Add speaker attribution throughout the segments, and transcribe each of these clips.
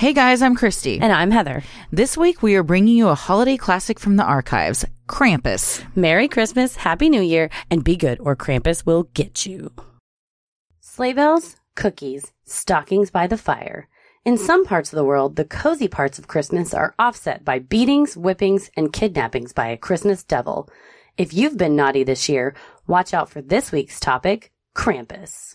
Speaker 1: Hey guys, I'm Christy.
Speaker 2: And I'm Heather.
Speaker 1: This week we are bringing you a holiday classic from the archives Krampus.
Speaker 2: Merry Christmas, Happy New Year, and be good or Krampus will get you. Sleigh bells, cookies, stockings by the fire. In some parts of the world, the cozy parts of Christmas are offset by beatings, whippings, and kidnappings by a Christmas devil. If you've been naughty this year, watch out for this week's topic Krampus.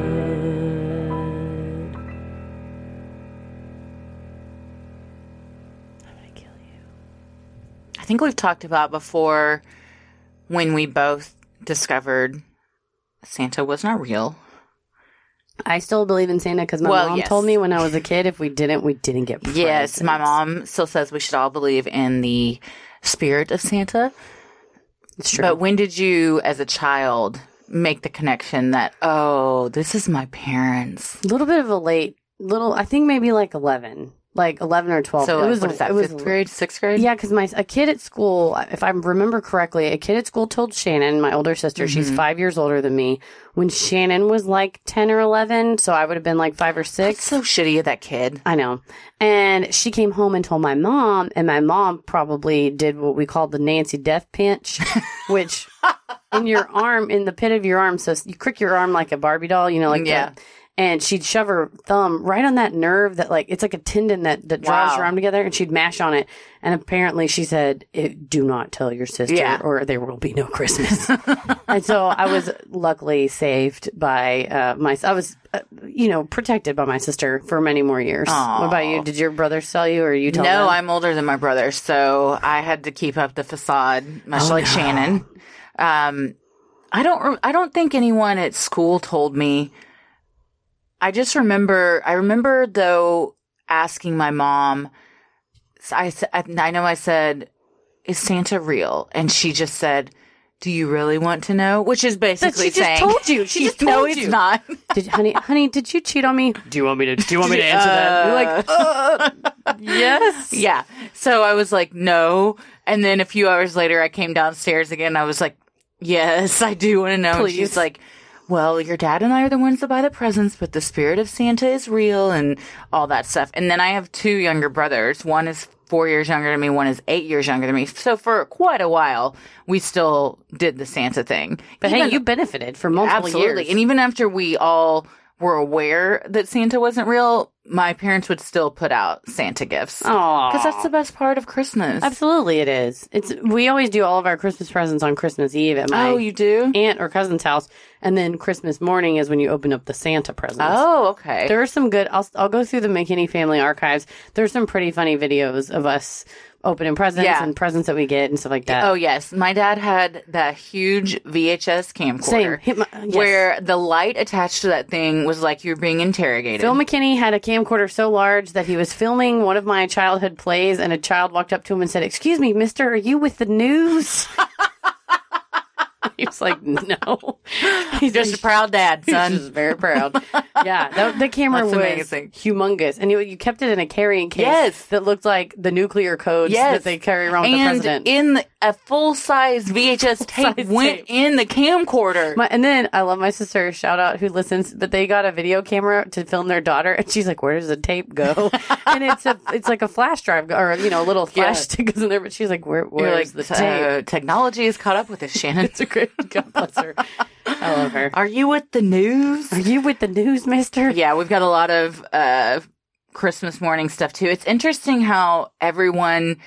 Speaker 3: I think we've talked about before when we both discovered Santa was not real.
Speaker 2: I still believe in Santa because my
Speaker 3: Well,
Speaker 2: mom
Speaker 3: yes.
Speaker 2: told me when I was a kid if we didn't, we didn't get presents.
Speaker 3: Yes, my mom still says we should all believe in the spirit of Santa.
Speaker 2: It's true.
Speaker 3: But when did you, as a child, make the connection that, oh, this is my parents?
Speaker 2: A little bit of a late little. I think maybe like eleven, like eleven or twelve.
Speaker 3: so,
Speaker 2: it was
Speaker 3: what is that,
Speaker 2: it was-
Speaker 3: fifth grade, sixth grade?
Speaker 2: Yeah, because my a kid at school, if I remember correctly, a kid at school told Shannon, my older sister, she's
Speaker 3: Mm-hmm.
Speaker 2: five years older than me, when Shannon was like ten or eleven, so I would have been like five or
Speaker 3: It's
Speaker 2: six.
Speaker 3: so shitty of that kid.
Speaker 2: I know. And she came home and told my mom, and my mom probably did what we called the Nancy Death Pinch, which in your arm, in the pit of your arm, so you crick your arm like a Barbie doll, you know, like
Speaker 3: Yeah.
Speaker 2: that. And she'd shove her thumb right on that nerve that, like, it's like a tendon that, that draws
Speaker 3: Wow.
Speaker 2: your arm together, and she'd mash on it. And apparently, she said, "It- "Do not tell your sister,
Speaker 3: Yeah.
Speaker 2: or there will be no Christmas." and so I was luckily saved by uh, my. I was, uh, you know, protected by my sister for many more years. What about you? Did your brother sell you, or you
Speaker 3: No,
Speaker 2: told them?
Speaker 3: I'm older than my brother, so I had to keep up the facade,
Speaker 2: Oh,
Speaker 3: much like Shannon. Um, I don't. re- I don't think anyone at school told me. I just remember. I remember though asking my mom. s- I s- I I know I said, "Is Santa real?" And she just said, "Do you really want to know?" Which is basically
Speaker 2: just
Speaker 3: saying,
Speaker 2: told you. She just
Speaker 3: no,
Speaker 2: told
Speaker 3: it's
Speaker 2: you."
Speaker 3: not.
Speaker 2: Did, honey, honey, did you cheat on me? Do you want me to? Do you want me to answer that? You're like, "Uh." yes.
Speaker 3: Yeah. So I was like, no. And then a few hours later, I came downstairs again. I was like, yes, I do want to know. And she's
Speaker 2: Please.
Speaker 3: like, well, your dad and I are the ones that buy the presents, but the spirit of Santa is real and all that stuff. And then I have two younger brothers. One is four years younger than me, one is eight years younger than me. So for quite a while, we still did the Santa thing.
Speaker 2: But
Speaker 3: Even-
Speaker 2: hey, you benefited for multiple
Speaker 3: Absolutely.
Speaker 2: years.
Speaker 3: And even after we all were aware that Santa wasn't real, my parents would still put out Santa gifts.
Speaker 2: Aw.
Speaker 3: Because that's the best part of Christmas.
Speaker 2: Absolutely, it is. It's we always do all of our Christmas presents on Christmas Eve at my
Speaker 3: Oh, you do?
Speaker 2: aunt or cousin's house, and then Christmas morning is when you open up the Santa presents.
Speaker 3: Oh, okay.
Speaker 2: There are some good. I'll I'll go through the McKinney family archives. There's some pretty funny videos of us opening presents
Speaker 3: Yeah.
Speaker 2: and presents that we get and stuff like that.
Speaker 3: oh, yes. My dad had that huge VHS camcorder
Speaker 2: Same. Hit my- uh, yes.
Speaker 3: where the light attached to that thing was like you're being interrogated.
Speaker 2: Bill McKinney had a camcorder so large that he was filming one of my childhood plays, and a child walked up to him and said, "Excuse me, Mister, are you with the news?" he was like, no.
Speaker 3: He's just a proud dad,
Speaker 2: He's
Speaker 3: son.
Speaker 2: just very proud. yeah, the, the camera
Speaker 3: That's
Speaker 2: was
Speaker 3: amazing.
Speaker 2: humongous, and you, you kept it in a carrying case
Speaker 3: Yes.
Speaker 2: that looked like the nuclear codes that they carry around with
Speaker 3: and
Speaker 2: the president.
Speaker 3: in the, a full size VHS tape
Speaker 2: Full-size
Speaker 3: went
Speaker 2: tape.
Speaker 3: in the camcorder.
Speaker 2: My, and then I love my sister, shout out who listens, but they got a video camera to film their daughter, and she's like, "Where does the tape go?" and it's a, it's like a flash drive or you know, a little flash
Speaker 3: Yeah.
Speaker 2: stick goes in there, but she's like, "Where,
Speaker 3: You're
Speaker 2: where's the
Speaker 3: uh,
Speaker 2: tape?"
Speaker 3: technology is caught up with us, Shannon.
Speaker 2: It's a great God bless her. I love her.
Speaker 3: Are you with the news?
Speaker 2: Are you with the news, Mister?
Speaker 3: Yeah, we've got a lot of uh, Christmas morning stuff too. It's interesting how everyone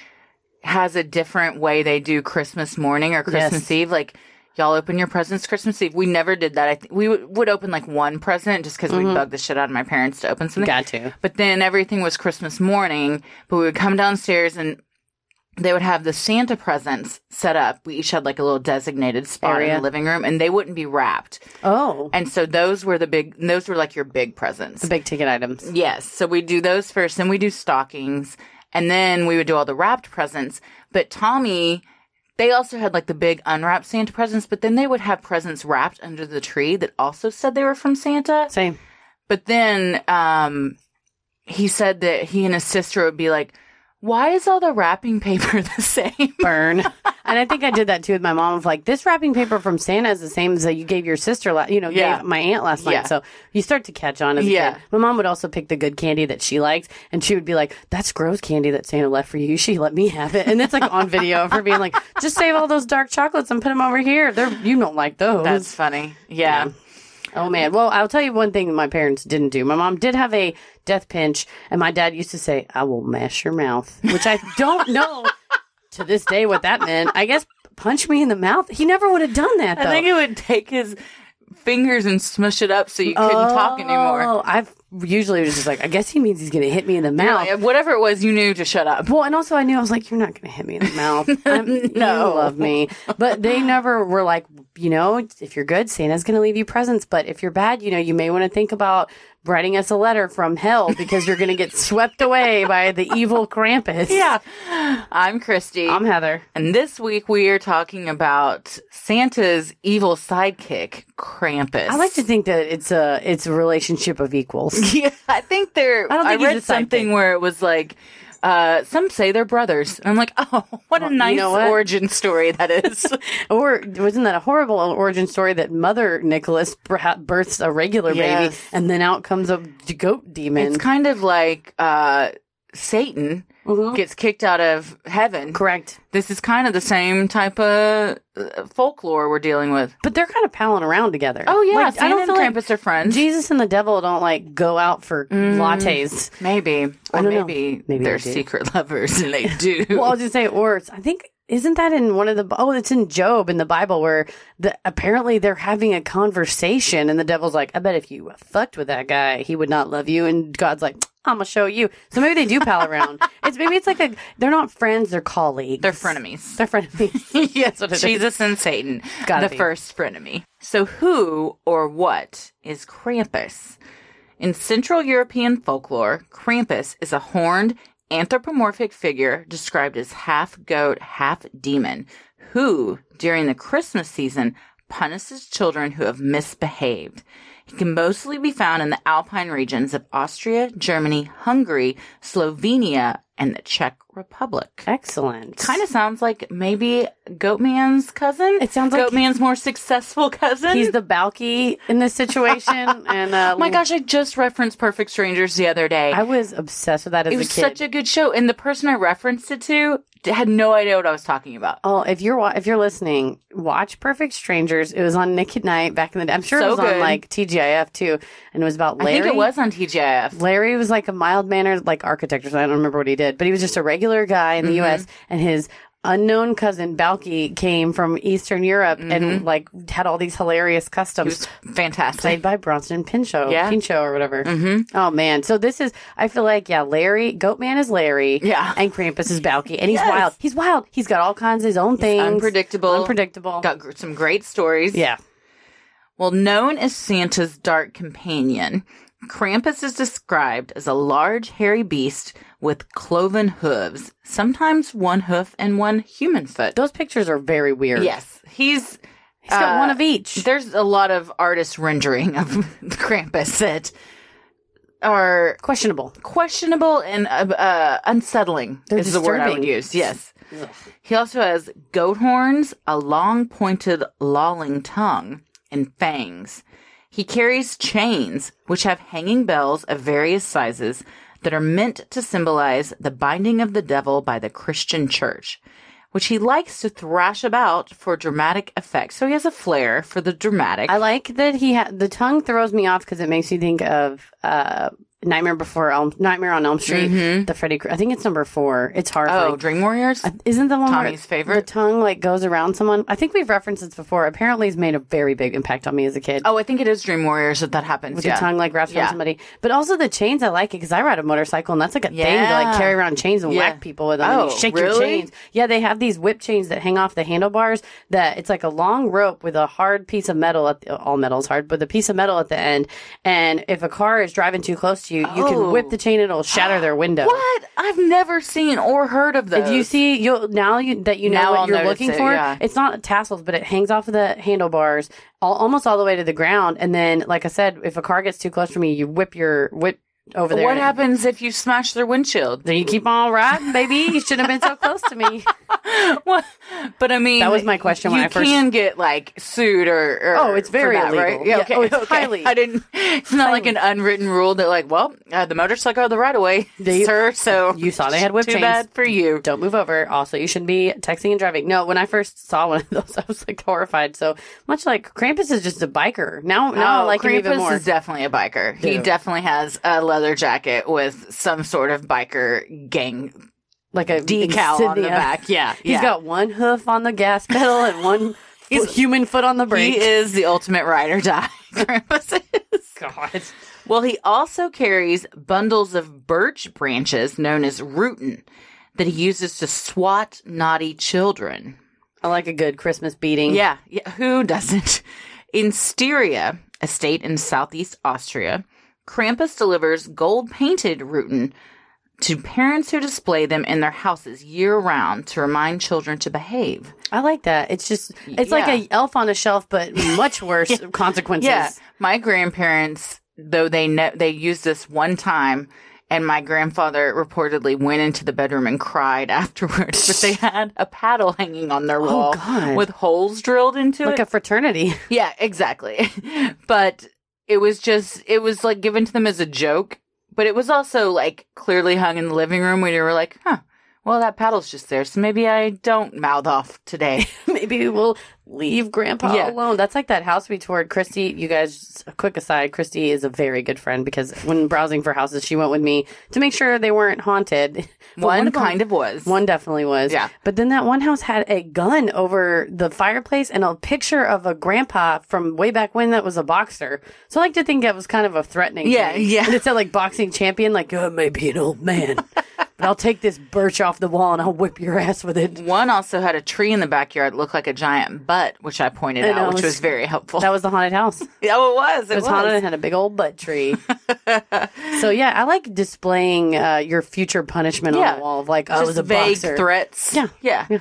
Speaker 3: has a different way they do Christmas morning or Christmas
Speaker 2: Yes.
Speaker 3: Eve. Like, y'all open your presents Christmas Eve. We never did that. I th- we w- would open like one present just because we bugged the shit out of my parents to open something.
Speaker 2: Mm-hmm. Got to.
Speaker 3: But then everything was Christmas morning. But we would come downstairs and they would have the Santa presents set up. We each had like a little designated spot in
Speaker 2: Area.
Speaker 3: the living room, and they wouldn't be wrapped.
Speaker 2: Oh,
Speaker 3: And so those were the big. Those were like your big presents.
Speaker 2: the big ticket items.
Speaker 3: Yes. So we do those first, then we do stockings, and then we would do all the wrapped presents. But Tommy, they also had like the big unwrapped Santa presents, but then they would have presents wrapped under the tree that also said they were from Santa.
Speaker 2: Same.
Speaker 3: But then um, he said that he and his sister would be like, why is all the wrapping paper the same?
Speaker 2: burn. and I think I did that too with my mom. Of like, this wrapping paper from Santa is the same as that you gave your sister. La- you know,
Speaker 3: Yeah.
Speaker 2: gave my aunt last night.
Speaker 3: Yeah.
Speaker 2: So you start to catch on as a
Speaker 3: Yeah.
Speaker 2: kid. My mom would also pick the good candy that she liked, and she would be like, "That's gross candy that Santa left for you. You should let me have it." And it's like on video of her being like, "Just save all those dark chocolates and put them over here. They're you don't like those."
Speaker 3: That's funny. Yeah.
Speaker 2: Oh man. Well, I'll tell you one thing my parents didn't do. My mom did have a death pinch, and my dad used to say, I will mash your mouth, which I don't know to this day what that meant. I guess punch me in the mouth. He never would have done that though.
Speaker 3: I think it would take his fingers and smush it up so you couldn't talk anymore.
Speaker 2: Oh, I've usually was just like, I guess he means he's gonna hit me in the mouth.
Speaker 3: Like, whatever it was, you knew to shut up.
Speaker 2: Well, and also I knew I was like, you're not going to hit me in the mouth. I'm,
Speaker 3: No.
Speaker 2: You love me. But they never were like, you know, if you're good, Santa's going to leave you presents. But if you're bad, you know, you may want to think about writing us a letter from hell because you're going to get swept away by the evil Krampus.
Speaker 3: Yeah. I'm Christy.
Speaker 2: I'm Heather.
Speaker 3: and this week we are talking about Santa's evil sidekick, Krampus.
Speaker 2: I like to think that it's a it's a relationship of equals.
Speaker 3: Yeah, I think they're.
Speaker 2: I
Speaker 3: I,
Speaker 2: don't think he's
Speaker 3: read
Speaker 2: a sidekick.
Speaker 3: something where it was like, uh, some say they're brothers. And I'm like, oh, what a nice
Speaker 2: know what?
Speaker 3: origin story that is.
Speaker 2: Or wasn't that a horrible origin story that Mother Nicholas perha- births a regular baby
Speaker 3: Yes.
Speaker 2: and then out comes a goat demon?
Speaker 3: it's kind of like uh, Satan
Speaker 2: Mm-hmm.
Speaker 3: gets kicked out of heaven.
Speaker 2: Correct.
Speaker 3: This is kind of the same type of uh, folklore we're dealing with.
Speaker 2: But they're kind of palling around together.
Speaker 3: Oh yeah,
Speaker 2: Like,
Speaker 3: Santa and
Speaker 2: like
Speaker 3: Krampus are friends.
Speaker 2: Jesus and the devil don't like go out for
Speaker 3: Mm.
Speaker 2: lattes.
Speaker 3: Maybe. Or
Speaker 2: don't know.
Speaker 3: maybe,
Speaker 2: Maybe
Speaker 3: they're
Speaker 2: they do.
Speaker 3: secret lovers and they do.
Speaker 2: Well, I was gonna say, or it's- I think isn't that in one of the? Oh, it's in Job in the Bible where the apparently they're having a conversation and the devil's like, I bet if you fucked with that guy, he would not love you, and God's like, I'm gonna show you. So maybe they do pal around. It's maybe it's like a they're not friends, they're colleagues.
Speaker 3: they're frenemies.
Speaker 2: They're frenemies.
Speaker 3: yes,
Speaker 2: what it is.
Speaker 3: Jesus and Satan.
Speaker 2: Gotta
Speaker 3: the
Speaker 2: be.
Speaker 3: first frenemy. So who or what is Krampus? In Central European folklore, Krampus is a horned anthropomorphic figure described as half goat, half demon, who, during the Christmas season, punishes children who have misbehaved. He can mostly be found in the alpine regions of Austria, Germany, Hungary, Slovenia, and the Czech Republic.
Speaker 2: Excellent.
Speaker 3: Kind of sounds like maybe Goatman's cousin.
Speaker 2: It sounds like-
Speaker 3: Goatman's more successful cousin.
Speaker 2: He's the Balky in this situation, and uh,
Speaker 3: Oh my gosh, I just referenced Perfect Strangers the other day.
Speaker 2: I was obsessed with that as
Speaker 3: it
Speaker 2: a
Speaker 3: was
Speaker 2: kid.
Speaker 3: such a good show, and the person I referenced it to d- had no idea what I was talking about.
Speaker 2: Oh, if you're wa- if you're listening, watch Perfect Strangers. It was on Nick at Night back in the day. I'm sure it
Speaker 3: So
Speaker 2: was on
Speaker 3: good.
Speaker 2: like TGIF too, and it was about Larry.
Speaker 3: I think it was on TGIF.
Speaker 2: Larry was like a mild mannered like architect or something. I don't remember what he did, but he was just a regular
Speaker 3: Mm-hmm.
Speaker 2: guy in the U.S. and his unknown cousin Balky came from Eastern Europe and like had all these hilarious
Speaker 3: It
Speaker 2: customs
Speaker 3: Mm-hmm. was fantastic.
Speaker 2: played by Bronson Pinchot,
Speaker 3: Yeah.
Speaker 2: Pinchot or whatever. Mm-hmm. Oh man, so this is I feel like yeah, Larry Goatman is Larry,
Speaker 3: Yeah.
Speaker 2: and Krampus is Balky, and he's
Speaker 3: Yes.
Speaker 2: wild. He's wild. He's got all kinds of his own things,
Speaker 3: unpredictable.
Speaker 2: unpredictable.
Speaker 3: Got gr- some great stories.
Speaker 2: yeah,
Speaker 3: Well, known as Santa's dark companion, Krampus is described as a large hairy beast with cloven hooves, sometimes one hoof and one human foot.
Speaker 2: those pictures are very weird.
Speaker 3: Yes, he's
Speaker 2: He's got
Speaker 3: Uh,
Speaker 2: one of each.
Speaker 3: There's a lot of artist rendering of Krampus that are
Speaker 2: Questionable.
Speaker 3: questionable and uh, uh, unsettling.
Speaker 2: They're
Speaker 3: is the word I would
Speaker 2: disturbing.
Speaker 3: use. Yes. He also has goat horns, a long pointed lolling tongue, and fangs. He carries chains, which have hanging bells of various sizes that are meant to symbolize the binding of the devil by the Christian church, which he likes to thrash about for dramatic effect. So he has a flair for the dramatic.
Speaker 2: I like that he ha- the tongue throws me off because it makes you think of uh, Nightmare Before Elm, Nightmare on Elm Street, the Freddy. Kr- I think it's number four. It's hard.
Speaker 3: Mm-hmm. oh,
Speaker 2: like,
Speaker 3: Dream Warriors?
Speaker 2: I- isn't the one where
Speaker 3: Tommy's favorite?
Speaker 2: The tongue like goes around someone. I think we've referenced this before. Apparently, it's made a very big impact on me as a kid.
Speaker 3: oh, I think it is Dream Warriors that that happens.
Speaker 2: with
Speaker 3: yeah.
Speaker 2: the tongue like wrapped around
Speaker 3: Yeah.
Speaker 2: somebody. But also the chains, I like it because I ride a motorcycle and that's like a thing to like
Speaker 3: Yeah.
Speaker 2: carry around chains and
Speaker 3: Yeah.
Speaker 2: whack people with them. and you
Speaker 3: Oh,
Speaker 2: shake your
Speaker 3: really?
Speaker 2: chains. Yeah, they have these whip chains that hang off the handlebars. That it's like a long rope with a hard piece of metal at the, all metal's hard, but a piece of metal at the end. And if a car is driving too close to you, you can
Speaker 3: Oh.
Speaker 2: whip the chain and it'll shatter their window.
Speaker 3: What? I've never seen or heard of those.
Speaker 2: If you see you now you, that you know
Speaker 3: Now
Speaker 2: what
Speaker 3: I'll
Speaker 2: you're
Speaker 3: notice
Speaker 2: looking
Speaker 3: it,
Speaker 2: for,
Speaker 3: yeah.
Speaker 2: it's not tassels, but it hangs off of the handlebars, all, almost all the way to the ground. And then, like I said, if a car gets too close to me, you whip your whip over there.
Speaker 3: What happens if you smash their windshield?
Speaker 2: Then you keep on riding, baby. You shouldn't have been so close to me.
Speaker 3: What? But I mean,
Speaker 2: That was my question
Speaker 3: You
Speaker 2: when I first-
Speaker 3: can get like sued or, or
Speaker 2: Oh, it's very
Speaker 3: for that,
Speaker 2: illegal.
Speaker 3: right? Yeah,
Speaker 2: Yeah.
Speaker 3: okay.
Speaker 2: Oh, it's
Speaker 3: okay.
Speaker 2: highly-
Speaker 3: I didn't. It's not like an unwritten rule that like, well, uh, the motorcycle had the right of way,
Speaker 2: They-
Speaker 3: sir. So
Speaker 2: You saw they had whip
Speaker 3: Too
Speaker 2: chains.
Speaker 3: bad for you.
Speaker 2: Don't move over. Also, you shouldn't be texting and driving. No, when I first saw one of those, I was like horrified. So much like Krampus is just a biker. Now, now I
Speaker 3: Oh,
Speaker 2: like him even
Speaker 3: Krampus
Speaker 2: more.
Speaker 3: is definitely a biker. He
Speaker 2: Dude.
Speaker 3: definitely has a leather jacket with some sort of biker gang
Speaker 2: like a
Speaker 3: decal on the
Speaker 2: insignia.
Speaker 3: back. Yeah,
Speaker 2: He's
Speaker 3: yeah.
Speaker 2: got one hoof on the gas pedal and one
Speaker 3: He's-
Speaker 2: foot- human foot on the brake.
Speaker 3: He is the ultimate ride or die. Krampus is.
Speaker 2: God.
Speaker 3: Well, he also carries bundles of birch branches known as rootin that he uses to swat naughty children.
Speaker 2: I like a good Christmas beating.
Speaker 3: Yeah, yeah who doesn't? In Styria, a state in southeast Austria, Krampus delivers gold painted rootin to parents who display them in their houses year round to remind children to behave.
Speaker 2: I like that. It's just it's like
Speaker 3: Yeah.
Speaker 2: a elf on a shelf, but much worse consequences.
Speaker 3: Yeah, my grandparents, though they ne- they used this one time, and my grandfather reportedly went into the bedroom and cried afterwards. but they had a paddle hanging on their wall
Speaker 2: Oh, God.
Speaker 3: with holes drilled into
Speaker 2: Like
Speaker 3: it.
Speaker 2: a fraternity.
Speaker 3: yeah, exactly. but it was just it was like given to them as a joke, but it was also like clearly hung in the living room where you were like, huh. Well, that paddle's just there, so maybe I don't mouth off today.
Speaker 2: Maybe we'll leave Grandpa
Speaker 3: Yeah.
Speaker 2: alone. That's like that house we toured. Christy, you guys, just a quick aside. Christy is a very good friend because when browsing for houses, she went with me to make sure they weren't haunted. But
Speaker 3: One
Speaker 2: them-
Speaker 3: kind of was.
Speaker 2: One definitely was.
Speaker 3: Yeah.
Speaker 2: But then that one house had a gun over the fireplace and a picture of a grandpa from way back when that was a boxer. So I like to think that was kind of a threatening.
Speaker 3: Yeah,
Speaker 2: thing.
Speaker 3: yeah.
Speaker 2: And it said like boxing champion, like, oh, maybe an old man. but I'll take this birch off the wall and I'll whip your ass with it.
Speaker 3: One also had a tree in the backyard that looked like a giant butt, which I pointed
Speaker 2: I know,
Speaker 3: out, which
Speaker 2: it's-
Speaker 3: was very helpful.
Speaker 2: That was the haunted house.
Speaker 3: yeah, it was.
Speaker 2: It was haunted and had a big old butt tree. so yeah, I like displaying uh, your future punishment on
Speaker 3: Yeah.
Speaker 2: the wall of like, oh, it
Speaker 3: Just
Speaker 2: was a
Speaker 3: vague
Speaker 2: boxer.
Speaker 3: threats.
Speaker 2: Yeah.
Speaker 3: yeah.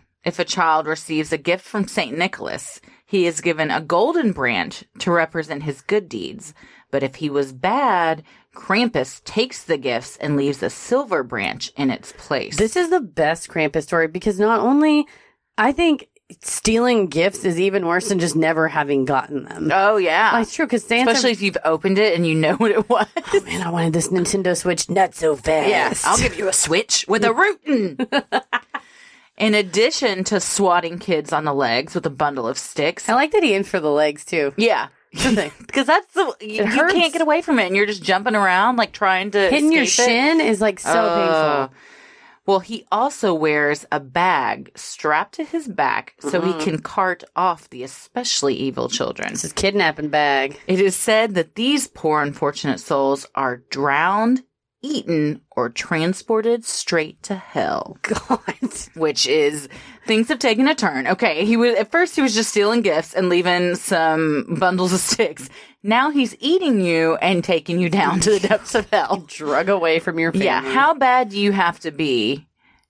Speaker 3: if a child receives a gift from St. Nicholas, he is given a golden branch to represent his good deeds. But if he was bad, Krampus takes the gifts and leaves a silver branch in its place.
Speaker 2: This is the best Krampus story because not only I think stealing gifts is even worse than just never having gotten them.
Speaker 3: oh, yeah.
Speaker 2: Well, it's true because Santa.
Speaker 3: Especially if you've opened it and you know what it was.
Speaker 2: oh, man, I wanted this Nintendo Switch not so fast.
Speaker 3: Yes, I'll give you a switch with a rootin. in addition to swatting kids on the legs with a bundle of sticks.
Speaker 2: I like that he aimed for the legs too.
Speaker 3: Yeah.
Speaker 2: Something.
Speaker 3: Because that's the you, you
Speaker 2: hurts.
Speaker 3: can't get away from it, and you're just jumping around like trying to
Speaker 2: Hitting your
Speaker 3: escape it.
Speaker 2: shin is like so
Speaker 3: Uh,
Speaker 2: painful.
Speaker 3: Well, he also wears a bag strapped to his back so he can cart off the especially evil children.
Speaker 2: This is kidnapping bag.
Speaker 3: It is said that these poor unfortunate souls are drowned, eaten, or transported straight to hell.
Speaker 2: God.
Speaker 3: which is things have taken a turn. Okay, he was at first he was just stealing gifts and leaving some bundles of sticks. Now he's eating you and taking you down to the depths of hell.
Speaker 2: Drug away from your family.
Speaker 3: Yeah, how bad do you have to be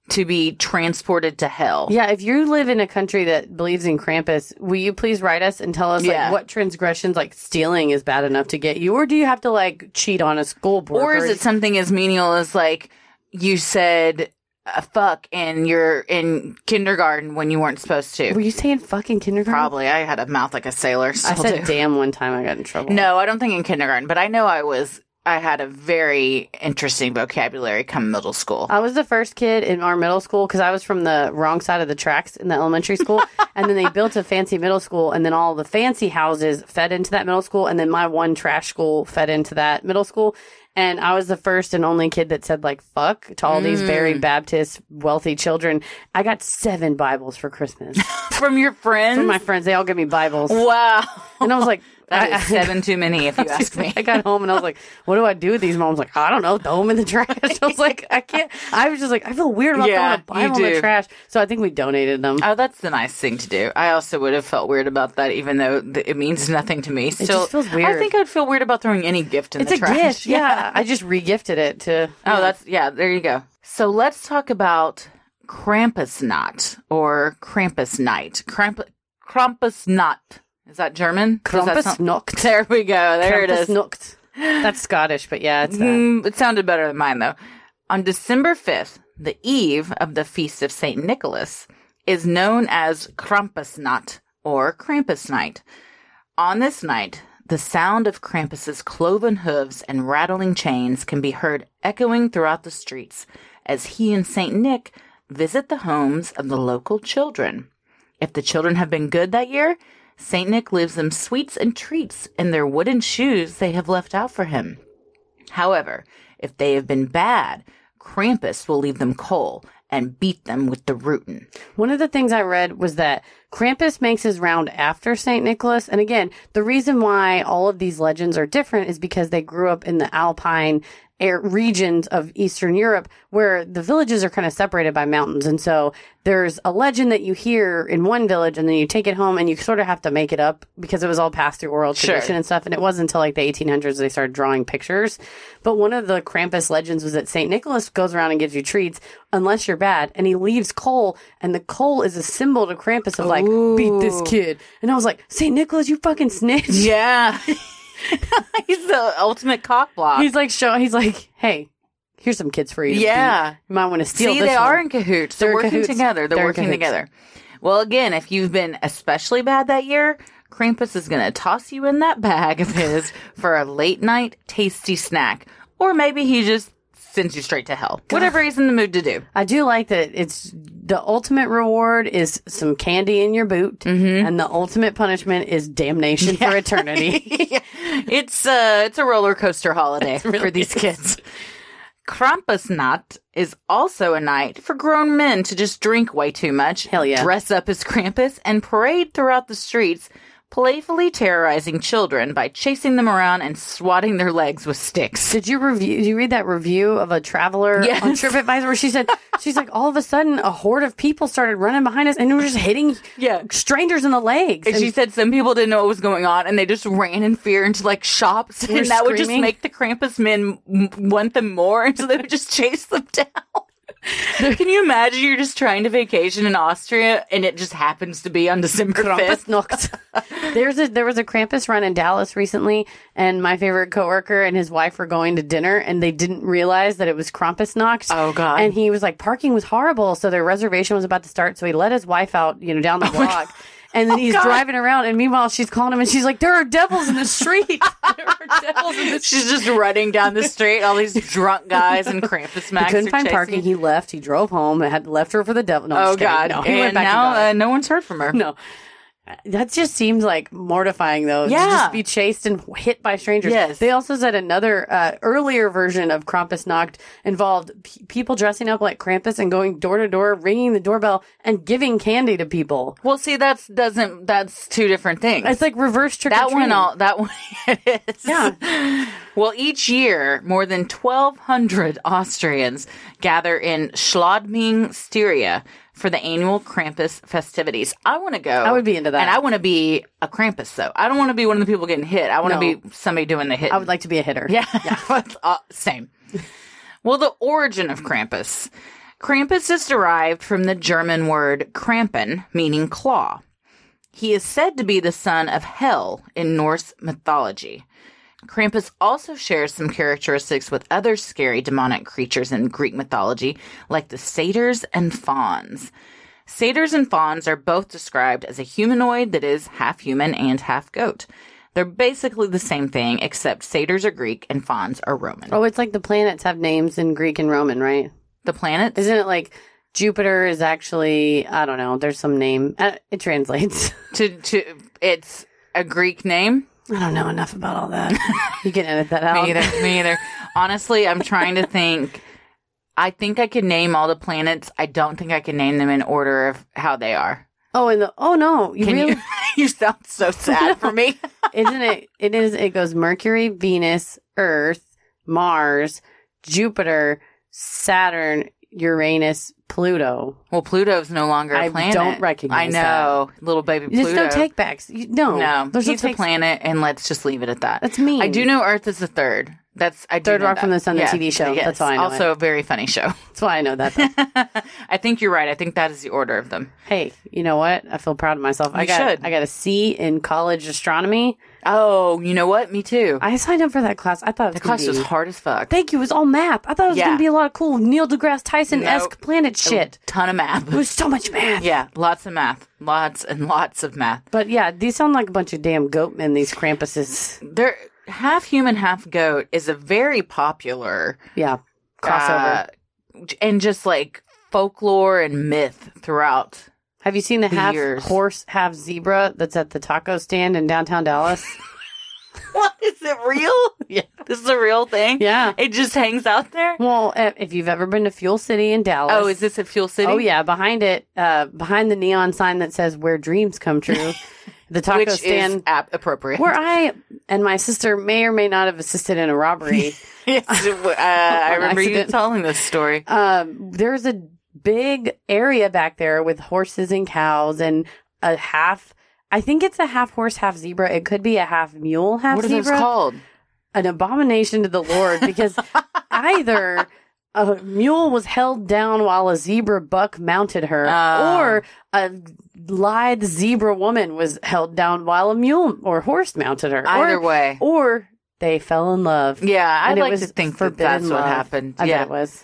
Speaker 3: to be transported to hell?
Speaker 2: Yeah, if you live in a country that believes in Krampus, will you please write us and tell us
Speaker 3: Yeah.
Speaker 2: like what transgressions like stealing is bad enough to get you, or do you have to like cheat on a school board?
Speaker 3: Or is it something as menial as like you said a fuck in your in kindergarten when you weren't supposed to?
Speaker 2: were you saying fucking kindergarten?
Speaker 3: Probably. I had a mouth like a sailor.
Speaker 2: I
Speaker 3: still
Speaker 2: said
Speaker 3: do.
Speaker 2: damn one time I got in trouble.
Speaker 3: No, I don't think in kindergarten, but I know I was I had a very interesting vocabulary come middle school.
Speaker 2: I was the first kid in our middle school because I was from the wrong side of the tracks in the elementary school. and then they built a fancy middle school, and then all the fancy houses fed into that middle school. And then my one trash school fed into that middle school. And I was the first and only kid that said, like, fuck to all these very
Speaker 3: Mm.
Speaker 2: Baptist, wealthy children. I got seven Bibles for Christmas
Speaker 3: From your friends?
Speaker 2: from my friends. They all gave me Bibles.
Speaker 3: wow.
Speaker 2: And I was like,
Speaker 3: That
Speaker 2: I-
Speaker 3: is seven too many if you ask me.
Speaker 2: I got home and I was like, "What do I do with these?" Mom's like, "I don't know. Throw them in the trash." I was like, "I can't." I was just like, "I feel weird about
Speaker 3: Yeah,
Speaker 2: throwing a
Speaker 3: you
Speaker 2: Bible in
Speaker 3: do.
Speaker 2: the trash." So I think we donated them.
Speaker 3: Oh, that's the nice thing to do. I also would have felt weird about that, even though th- it means nothing to me. Still,
Speaker 2: just feels
Speaker 3: I
Speaker 2: weird.
Speaker 3: think I'd feel weird about throwing any gift in
Speaker 2: it's
Speaker 3: the
Speaker 2: a
Speaker 3: trash.
Speaker 2: gift. Yeah. I just regifted it to.
Speaker 3: Oh, that's yeah. There you go. So let's talk about Krampus knot or Krampus night. Kramp- Krampus knot is that German? Does that sound-
Speaker 2: Krampusnacht.
Speaker 3: There we go. There it is.
Speaker 2: Krampusnacht. That's Scottish, but yeah, it's that.
Speaker 3: Mm, it sounded better than mine though. On December 5th, the eve of the feast of St. Nicholas is known as Krampusnacht or Krampus night. On this night, the sound of Krampus's cloven hooves and rattling chains can be heard echoing throughout the streets as he and St. Nick visit the homes of the local children. If the children have been good that year, St. Nick leaves them sweets and treats in their wooden shoes they have left out for him. However, if they have been bad, Krampus will leave them coal and beat them with the rootin.
Speaker 2: One of the things I read was that Krampus makes his round after St. Nicholas. And again, the reason why all of these legends are different is because they grew up in the Alpine air regions of Eastern Europe where the villages are kind of separated by mountains. And so there's a legend that you hear in one village and then you take it home and you sort of have to make it up because it was all passed through oral
Speaker 3: Sure.
Speaker 2: tradition and stuff. And it wasn't until like the 1800s they started drawing pictures. But one of the Krampus legends was that St. Nicholas goes around and gives you treats unless you're bad. And he leaves coal. And the coal is a symbol to Krampus of like, beat this kid. And I was like, St. Nicholas, you fucking snitch.
Speaker 3: Yeah. He's the ultimate cock block.
Speaker 2: He's like, show, he's like, hey, here's some kids for you. to
Speaker 3: Yeah.
Speaker 2: beat. You might want to steal
Speaker 3: See,
Speaker 2: this
Speaker 3: they
Speaker 2: one."
Speaker 3: are in cahoots. They're,
Speaker 2: They're in
Speaker 3: working
Speaker 2: cahoots.
Speaker 3: together. They're,
Speaker 2: They're in
Speaker 3: working
Speaker 2: cahoots.
Speaker 3: together. Well, again, if you've been especially bad that year, Krampus is going to toss you in that bag of his for a late night tasty snack. Or maybe he just sends you straight to hell. Whatever he's in the mood to do.
Speaker 2: I do like that it's the ultimate reward is some candy in your boot,
Speaker 3: Mm-hmm.
Speaker 2: and the ultimate punishment is damnation for eternity.
Speaker 3: it's uh it's a roller coaster holiday for these kids. Krampusnacht is also a night for grown men to just drink way too much,
Speaker 2: Hell yeah.
Speaker 3: dress up as Krampus, and parade throughout the streets playfully terrorizing children by chasing them around and swatting their legs with sticks.
Speaker 2: Did you review? Did you read that review of a traveler
Speaker 3: Yes.
Speaker 2: on TripAdvisor where she said she's like all of a sudden a horde of people started running behind us and we were just hitting
Speaker 3: Yeah.
Speaker 2: strangers in the legs.
Speaker 3: And
Speaker 2: And
Speaker 3: she said some people didn't know what was going on and they just ran in fear into like shops
Speaker 2: We're
Speaker 3: and that would just
Speaker 2: screaming.
Speaker 3: make the Krampus men m- want them more and so they would just chase them down. Can you imagine you're just trying to vacation in Austria and it just happens to be on December 5th?
Speaker 2: Krampusnacht. There's a there was a Krampus run in Dallas recently, and my favorite coworker and his wife were going to dinner, and they didn't realize that it was Krampusnacht.
Speaker 3: Oh, God.
Speaker 2: And he was like, parking was horrible, so their reservation was about to start, so he let his wife out, you know,
Speaker 3: Oh
Speaker 2: down the block. And then he's
Speaker 3: God.
Speaker 2: driving around, and meanwhile she's calling him, and she's like, "There are devils in the street. there are devils in the street."
Speaker 3: She's just running down the street, all these drunk guys and Krampus
Speaker 2: He
Speaker 3: Max.
Speaker 2: couldn't
Speaker 3: are
Speaker 2: find
Speaker 3: chasing
Speaker 2: parking. He left. He drove home. and Had left her for the devil. No, I'm
Speaker 3: Oh
Speaker 2: just kidding.
Speaker 3: God!
Speaker 2: No, he went
Speaker 3: and
Speaker 2: back and
Speaker 3: now
Speaker 2: got her.
Speaker 3: uh, no one's heard from her.
Speaker 2: No. That just seems like mortifying, though. To
Speaker 3: Yeah.
Speaker 2: just be chased and hit by strangers.
Speaker 3: Yes.
Speaker 2: They also said another uh, earlier version of Krampusnacht involved p- people dressing up like Krampus and going door to door, ringing the doorbell, and giving candy to people.
Speaker 3: Well, see, that's doesn't that's two different things.
Speaker 2: It's like reverse trick
Speaker 3: that one, all that one it is.
Speaker 2: Yeah.
Speaker 3: Well, each year, more than 1,200 Austrians gather in Schladming, Styria, for the annual Krampus festivities. I want to go. I
Speaker 2: would be into that.
Speaker 3: and I want to be a Krampus though. I don't want to be one of the people getting hit. I want
Speaker 2: No.
Speaker 3: to be somebody doing the hit.
Speaker 2: I would like to be a hitter.
Speaker 3: Yeah. Uh, same. Well, the origin of Krampus. Krampus is derived from the German word Krampen, meaning claw. He is said to be the son of Hel in Norse mythology. Krampus also shares some characteristics with other scary demonic creatures in Greek mythology, like the satyrs and fauns. Satyrs and fauns are both described as a humanoid that is half human and half goat. They're basically the same thing, except satyrs are Greek and fauns are Roman.
Speaker 2: Oh, it's like the planets have names in Greek and Roman, right?
Speaker 3: The planets?
Speaker 2: Isn't it like Jupiter is actually, I don't know, there's some name. Uh, it translates.
Speaker 3: to, to, it's a Greek name?
Speaker 2: I don't know enough about all that. you can edit that out.
Speaker 3: Me either. Me either. Honestly, I'm trying to think. I think I can name all the planets. I don't think I can name them in order of how they are.
Speaker 2: Oh, and the, oh no, you
Speaker 3: Can
Speaker 2: really?
Speaker 3: you? you sound so sad for me.
Speaker 2: isn't it it is it goes mercury venus earth mars jupiter saturn uranus pluto
Speaker 3: Well, Pluto's no longer a
Speaker 2: I
Speaker 3: planet.
Speaker 2: don't recognize
Speaker 3: I know, little baby Pluto.
Speaker 2: there's no take backs You- no
Speaker 3: No,
Speaker 2: there's
Speaker 3: he's
Speaker 2: no
Speaker 3: a
Speaker 2: takes-
Speaker 3: planet, and let's just leave it at that.
Speaker 2: That's mean.
Speaker 3: I do know Earth is the third. That's I do
Speaker 2: Third
Speaker 3: know
Speaker 2: Rock
Speaker 3: that.
Speaker 2: from the Sun, the TV show.
Speaker 3: yes.
Speaker 2: That's how I know
Speaker 3: Also, a very funny show.
Speaker 2: that's why i know that though.
Speaker 3: I think you're right. I think that is the order of them.
Speaker 2: hey you know what i feel proud of myself i
Speaker 3: You
Speaker 2: got
Speaker 3: should.
Speaker 2: i got a c in college astronomy
Speaker 3: Oh, you know what? Me too.
Speaker 2: i signed up for that class i thought it was
Speaker 3: the class
Speaker 2: gonna
Speaker 3: was
Speaker 2: be,
Speaker 3: hard as fuck.
Speaker 2: thank you it was all math i thought it was
Speaker 3: Yeah.
Speaker 2: gonna be a lot of cool neil degrasse tyson-esque
Speaker 3: Nope.
Speaker 2: planet shit
Speaker 3: Ton of
Speaker 2: it
Speaker 3: math.
Speaker 2: was so much math
Speaker 3: yeah, lots of math. Lots and lots of math.
Speaker 2: but yeah these sound like a bunch of damn goat men these krampuses
Speaker 3: They're half human, half goat is a very popular
Speaker 2: Yeah. Crossover.
Speaker 3: uh, and just like folklore and myth throughout.
Speaker 2: Have you seen the half
Speaker 3: years.
Speaker 2: horse, half zebra that's at the taco stand in downtown Dallas?
Speaker 3: What is it real? yeah, this is a real thing.
Speaker 2: Yeah.
Speaker 3: it just hangs out there.
Speaker 2: well, eh, if you've ever been to Fuel City in Dallas.
Speaker 3: Oh, is this at Fuel City?
Speaker 2: Oh, yeah. Behind it, uh, behind the neon sign that says where dreams come true, the taco
Speaker 3: which
Speaker 2: stand.
Speaker 3: is ap- appropriate.
Speaker 2: where I and my sister may or may not have assisted in a robbery.
Speaker 3: Yes, uh, I remember you
Speaker 2: accident.
Speaker 3: telling this story.
Speaker 2: um, there's a big area back there with horses and cows and a half. I think it's a half horse, half zebra. It could be a half mule, half
Speaker 3: What is
Speaker 2: zebra.
Speaker 3: this called?
Speaker 2: an abomination to the Lord because either a mule was held down while a zebra buck mounted her,
Speaker 3: Ah.
Speaker 2: or a lithe zebra woman was held down while a mule or horse mounted her.
Speaker 3: Either
Speaker 2: or,
Speaker 3: way.
Speaker 2: Or they fell in love.
Speaker 3: Yeah, I'd
Speaker 2: And it
Speaker 3: like
Speaker 2: was
Speaker 3: to think that
Speaker 2: forbidden
Speaker 3: that's what
Speaker 2: love.
Speaker 3: happened.
Speaker 2: I
Speaker 3: yeah.
Speaker 2: bet it was.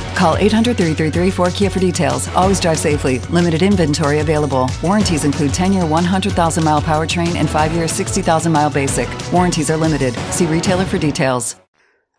Speaker 4: Call 800 333 4KIA for details. Always drive safely. Limited inventory available. Warranties include 10 year 100,000 mile powertrain and 5 year 60,000 mile basic. Warranties are limited. See retailer for details.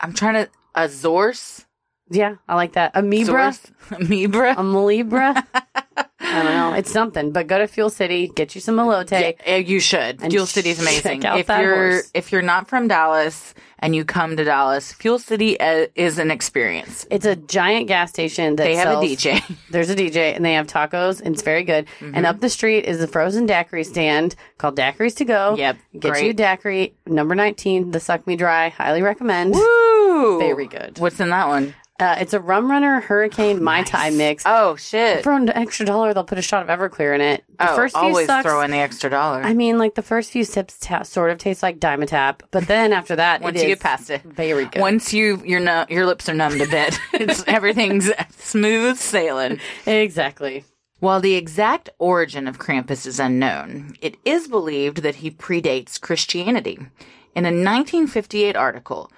Speaker 3: I'm trying to Azores.
Speaker 2: Yeah, I like that. Amoebra.
Speaker 3: Zors- Amoebra.
Speaker 2: A Malibra. I don't know. It's something, but go to Fuel City, get you some elote.
Speaker 3: Yeah, you should.
Speaker 2: And
Speaker 3: Fuel City's
Speaker 2: check
Speaker 3: amazing.
Speaker 2: out
Speaker 3: If
Speaker 2: that
Speaker 3: you're
Speaker 2: horse.
Speaker 3: if you're not from Dallas and you come to Dallas, Fuel City uh, is an experience.
Speaker 2: It's a giant gas station that
Speaker 3: They have a
Speaker 2: sells-
Speaker 3: DJ.
Speaker 2: There's a DJ, and they have tacos, and it's very good.
Speaker 3: Mm-hmm.
Speaker 2: And up the street is a frozen daiquiri stand called Daiquiris to Go.
Speaker 3: Yep,
Speaker 2: get
Speaker 3: great.
Speaker 2: you a daiquiri number nineteen, the Suck Me Dry. Highly recommend.
Speaker 3: Woo!
Speaker 2: Very good.
Speaker 3: What's in that one?
Speaker 2: Uh, it's a Rum Runner Hurricane Mai Tai mix.
Speaker 3: Oh shit!
Speaker 2: For an extra dollar, they'll put a shot of Everclear in it. The
Speaker 3: oh,
Speaker 2: first few
Speaker 3: always
Speaker 2: sucks.
Speaker 3: throw in the extra dollar.
Speaker 2: I mean, like the first few sips ta- sort of taste like Dimetap, but then after that,
Speaker 3: Once
Speaker 2: it
Speaker 3: you
Speaker 2: is
Speaker 3: get past it,
Speaker 2: very good.
Speaker 3: Once you your nu- your lips are numb to bed, it's everything's smooth sailing.
Speaker 2: exactly.
Speaker 3: While the exact origin of Krampus is unknown, it is believed that he predates Christianity. In a 1958 article,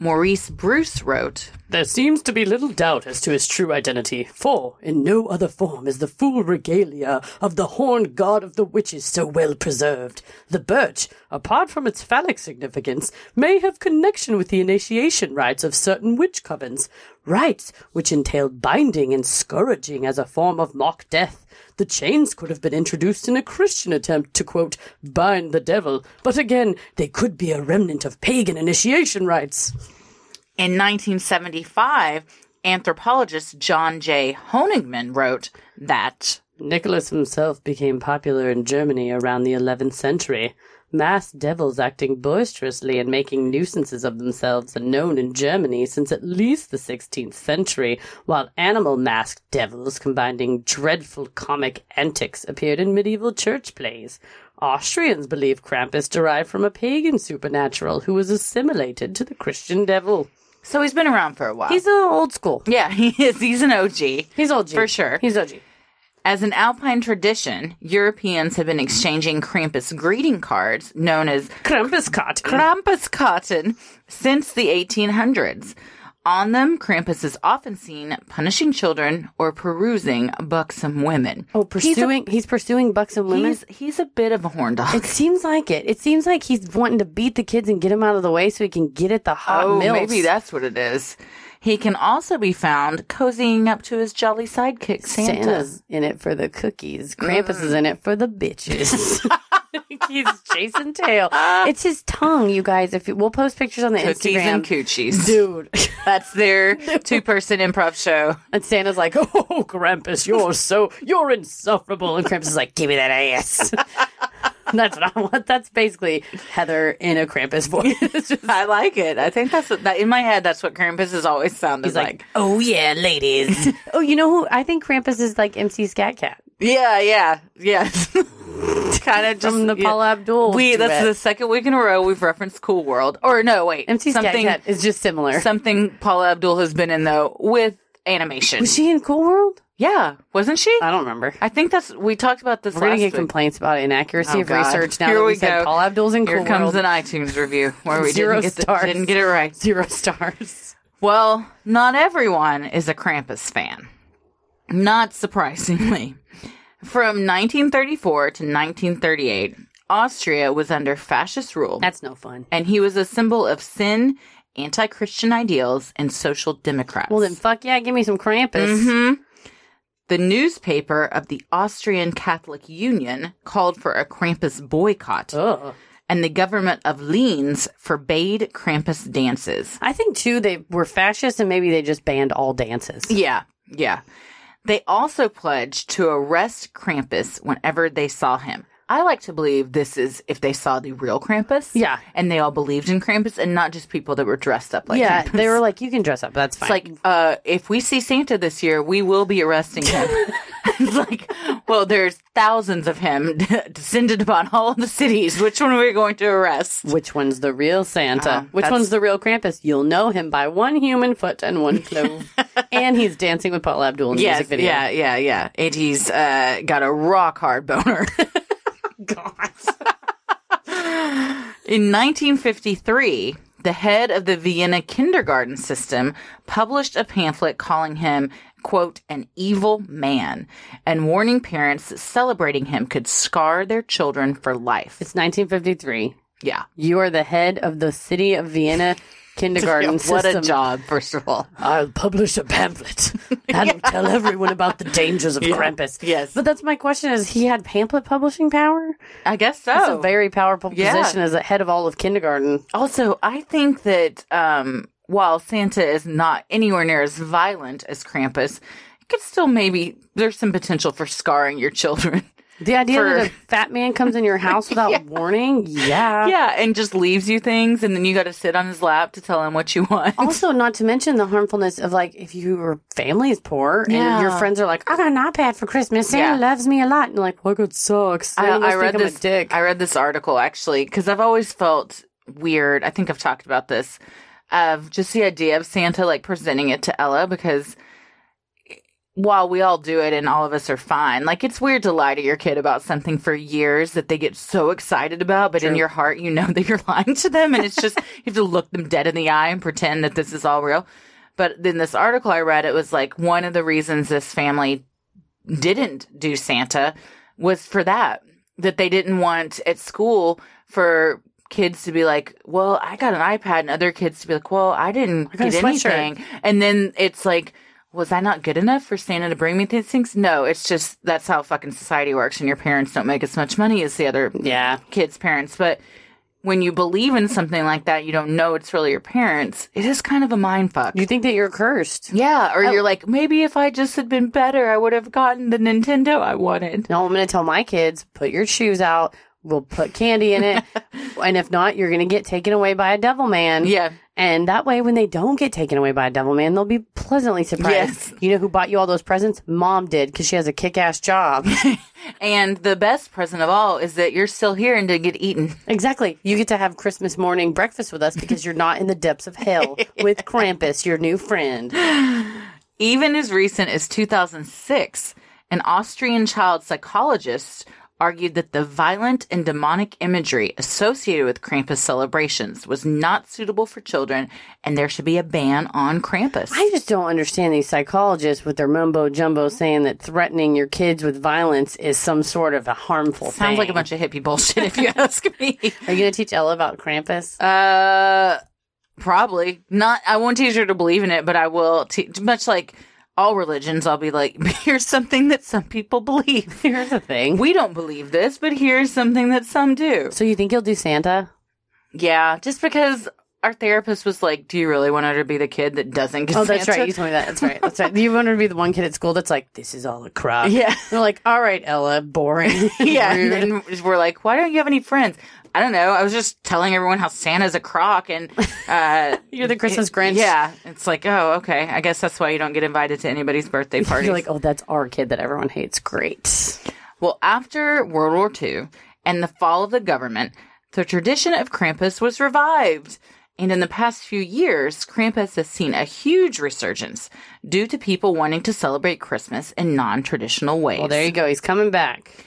Speaker 3: Maurice Bruce wrote,
Speaker 5: There seems to be little doubt as to his true identity, for in no other form is the full regalia of the horned god of the witches so well preserved. The birch, apart from its phallic significance, may have connection with the initiation rites of certain witch covens, rites which entailed binding and scourging as a form of mock death. The chains could have been introduced in a Christian attempt to, quote, bind the devil, but again, they could be a remnant of pagan initiation rites.
Speaker 3: In 1975, anthropologist John J. Honigman wrote that
Speaker 5: Nicholas himself became popular in Germany around the 11th century. Mass devils acting boisterously and making nuisances of themselves are known in Germany since at least the 16th century, while animal masked devils combining dreadful comic antics appeared in medieval church plays. Austrians believe Krampus derived from a pagan supernatural who was assimilated to the Christian devil.
Speaker 3: so he's been around for a while.
Speaker 2: He's uh, old school.
Speaker 3: yeah, he is. He's an OG.
Speaker 2: He's OG
Speaker 3: For sure.
Speaker 2: He's OG.
Speaker 3: As an alpine tradition, Europeans have been exchanging Krampus greeting cards known as
Speaker 5: Krampus caught.
Speaker 3: Krampus cotton since the 1800s. On them, Krampus is often seen punishing children or perusing buxom women.
Speaker 2: Oh, pursuing. He's, pursuing bucks and women.
Speaker 3: He's, he's a bit of a horn dog.
Speaker 2: It seems like it. It seems like he's wanting to beat the kids and get them out of the way so he can get at the hot
Speaker 3: oh,
Speaker 2: milfs.
Speaker 3: maybe that's what it is. He can also be found cozying up to his jolly sidekick, Santa. Mm.
Speaker 2: Santa's in it for the cookies. Krampus is in it for the bitches. he's chasing tail. It's his tongue, you guys. If you, we'll post pictures on the
Speaker 3: Cookies
Speaker 2: Instagram,
Speaker 3: and coochies.
Speaker 2: dude.
Speaker 3: That's their two person improv show.
Speaker 2: and Santa's like, oh,
Speaker 5: Oh, Krampus, you're so you're insufferable. And Krampus is like, give me that ass.
Speaker 2: that's what I want. That's basically Heather in a Krampus voice. It's just-
Speaker 3: I like it. I think that's what, that, in my head. That's what Krampus has always sounded
Speaker 2: He's
Speaker 3: like.
Speaker 2: like, oh yeah, ladies. oh, you know who? I think Krampus is like MC Scat Cat.
Speaker 3: Yeah, yeah, yes. kind of just
Speaker 2: From the
Speaker 3: yeah.
Speaker 2: Paula Abdul
Speaker 3: We that's
Speaker 2: duet.
Speaker 3: the second week in a row we've referenced Cool World. Or no, wait,
Speaker 2: MC Scat
Speaker 3: something
Speaker 2: Cat is just similar.
Speaker 3: something Paula Abdul has been in though with animation.
Speaker 2: Was she in Cool World?
Speaker 3: yeah, wasn't she?
Speaker 2: I don't remember.
Speaker 3: I think that's we talked about this.
Speaker 2: We're gonna
Speaker 3: last
Speaker 2: get
Speaker 3: week.
Speaker 2: complaints about inaccuracy
Speaker 3: Oh,
Speaker 2: of
Speaker 3: God.
Speaker 2: research now
Speaker 3: Here
Speaker 2: that we,
Speaker 3: we
Speaker 2: said
Speaker 3: go.
Speaker 2: Paul Abdul's in
Speaker 3: Here
Speaker 2: Cool
Speaker 3: comes
Speaker 2: World.
Speaker 3: an iTunes review where we
Speaker 2: 0
Speaker 3: didn't get, the,
Speaker 2: stars.
Speaker 3: didn't get it right.
Speaker 2: Zero stars.
Speaker 3: Well, not everyone is a Krampus fan. Not surprisingly. From 1934 to 1938, Austria was under fascist rule.
Speaker 2: That's no fun.
Speaker 3: and he was a symbol of sin, anti Christian ideals, and social democrats.
Speaker 2: Well then, fuck yeah, give me some Krampus.
Speaker 3: Mm-hmm. the
Speaker 2: Oh.
Speaker 3: newspaper of the Austrian Catholic Union called for a Krampus boycott.
Speaker 5: Ugh.
Speaker 3: and the government of Liens forbade Krampus dances.
Speaker 2: I think too they were fascist and maybe they just banned all dances.
Speaker 3: Yeah, yeah. They also pledged to arrest Krampus whenever they saw him. I like to believe this is if they saw the real Krampus.
Speaker 2: Yeah.
Speaker 3: And they all believed in Krampus and not just people that were dressed up like
Speaker 2: yeah,
Speaker 3: Krampus.
Speaker 2: they were like, you can dress up. That's
Speaker 3: It's
Speaker 2: fine.
Speaker 3: like, uh, if we see Santa this year, we will be arresting him. it's like, well, there's thousands of him descended upon all of the cities. Which one are we going to arrest?
Speaker 2: which one's the real Santa?
Speaker 3: Uh,
Speaker 2: which
Speaker 3: that's-
Speaker 2: one's the real Krampus? You'll know him by one human foot and one clove. and he's dancing with Paula Abdul in the
Speaker 3: Yes,
Speaker 2: music video.
Speaker 3: yeah, yeah, yeah. And he's uh, got a rock hard boner. In 1953, the head of the Vienna kindergarten system published a pamphlet calling him, quote, an evil man, and warning parents that celebrating him could scar their children for life.
Speaker 2: It's 1953.
Speaker 3: yeah.
Speaker 2: You are the head of the city of Vienna kindergarten
Speaker 3: Yeah, what
Speaker 2: system.
Speaker 3: a job, first of all.
Speaker 5: I'll publish a pamphlet. That'll tell everyone about the dangers of Krampus.
Speaker 3: Yes.
Speaker 2: But that's my question: Is he had pamphlet publishing power?
Speaker 3: I guess so.
Speaker 2: That's a very powerful
Speaker 3: Yeah.
Speaker 2: position as a head of all of kindergarten.
Speaker 3: Also, I think that um, while Santa is not anywhere near as violent as Krampus, it could still maybe there's some potential for scarring your children.
Speaker 2: The idea
Speaker 3: For-
Speaker 2: that a fat man comes in your house without warning, yeah.
Speaker 3: yeah, and just leaves you things, and then you got to sit on his lap to tell him what you want.
Speaker 2: Also, not to mention the harmfulness of like if your family is poor and your
Speaker 3: Yeah.
Speaker 2: friends are like, I got an iPad for Christmas. Santa
Speaker 3: Yeah.
Speaker 2: loves me a lot, and you're like, well, it sucks. They must think I'm
Speaker 3: this.
Speaker 2: a dick.
Speaker 3: I read this article actually because I've always felt weird. I think I've talked about this of just the idea of Santa like presenting it to Ella because while we all do it and all of us are fine, like it's weird to lie to your kid about something for years that they get so excited about, but in your heart you know that you're lying to them, and it's just you have to look them dead in the eye and pretend that this is all real. But in this article I read, it was like one of the reasons this family didn't do Santa was for that that they didn't want at school for kids to be like, "Well, I got an iPad," and other kids to be like, "Well, I didn't
Speaker 2: got a
Speaker 3: get
Speaker 2: sweatshirt."
Speaker 3: anything," and then it's like. Was I not good enough for Santa to bring me these things? No, it's just that's how fucking society works, and your parents don't make as much money as the other
Speaker 2: yeah.
Speaker 3: kids' parents. But when you believe in something like that, you don't know it's really your parents. It is kind of a mind fuck.
Speaker 2: You Oh. think that you're cursed.
Speaker 3: Yeah, or you're like, maybe if I just had been better, I would have gotten the Nintendo I wanted.
Speaker 2: No, I'm going to tell my kids, put your shoes out. We'll put candy in it. and if not, you're going to get taken away by a devil man.
Speaker 3: Yeah.
Speaker 2: And that way, when they don't get taken away by a devil man, they'll be pleasantly surprised.
Speaker 3: Yes.
Speaker 2: You know who bought you all those presents? Mom did because she has a kick ass job.
Speaker 3: And the best present of all is that you're still here and didn't get eaten.
Speaker 2: exactly. You get to have Christmas morning breakfast with us because you're not in the depths of hell with Krampus, your new friend.
Speaker 3: Even as recent as 2006, an Austrian child psychologist argued that the violent and demonic imagery associated with Krampus celebrations was not suitable for children and there should be a ban on Krampus.
Speaker 2: I just don't understand these psychologists with their mumbo jumbo saying that threatening your kids with violence is some sort of a harmful thing.
Speaker 3: Sounds like a bunch of hippie bullshit if you ask me.
Speaker 2: Are you going to teach Ella about Krampus?
Speaker 3: Uh, probably not. I won't teach her to believe in it, but I will teach. Much like all religions, I'll be like, here's something that some people believe.
Speaker 2: Here's the thing.
Speaker 3: We don't believe this, but here's something that some do.
Speaker 2: So you think you'll do Santa?
Speaker 3: Yeah, just because our therapist was like, "Do you really want her to be the kid that doesn't get?"
Speaker 2: Oh, that's
Speaker 3: Santa?
Speaker 2: right. You told me that. That's right. That's right. You wanted to be the one kid at school that's like, this is all a crap.
Speaker 3: Yeah.
Speaker 2: They're like, all right, Ella, boring.
Speaker 3: yeah,
Speaker 2: Rude.
Speaker 3: and then we're like, "Why don't you have any friends?" I don't know. I was just telling everyone how Santa's a crock, and uh,
Speaker 2: You're the Christmas Grinch.
Speaker 3: yeah, it's like, oh, okay. I guess that's why you don't get invited to anybody's birthday party.
Speaker 2: You're like, oh, that's our kid that everyone hates. Great.
Speaker 3: Well, after World War II and the fall of the government, the tradition of Krampus was revived. And in the past few years, Krampus has seen a huge resurgence due to people wanting to celebrate Christmas in non traditional ways.
Speaker 2: Well, there you go. He's coming back.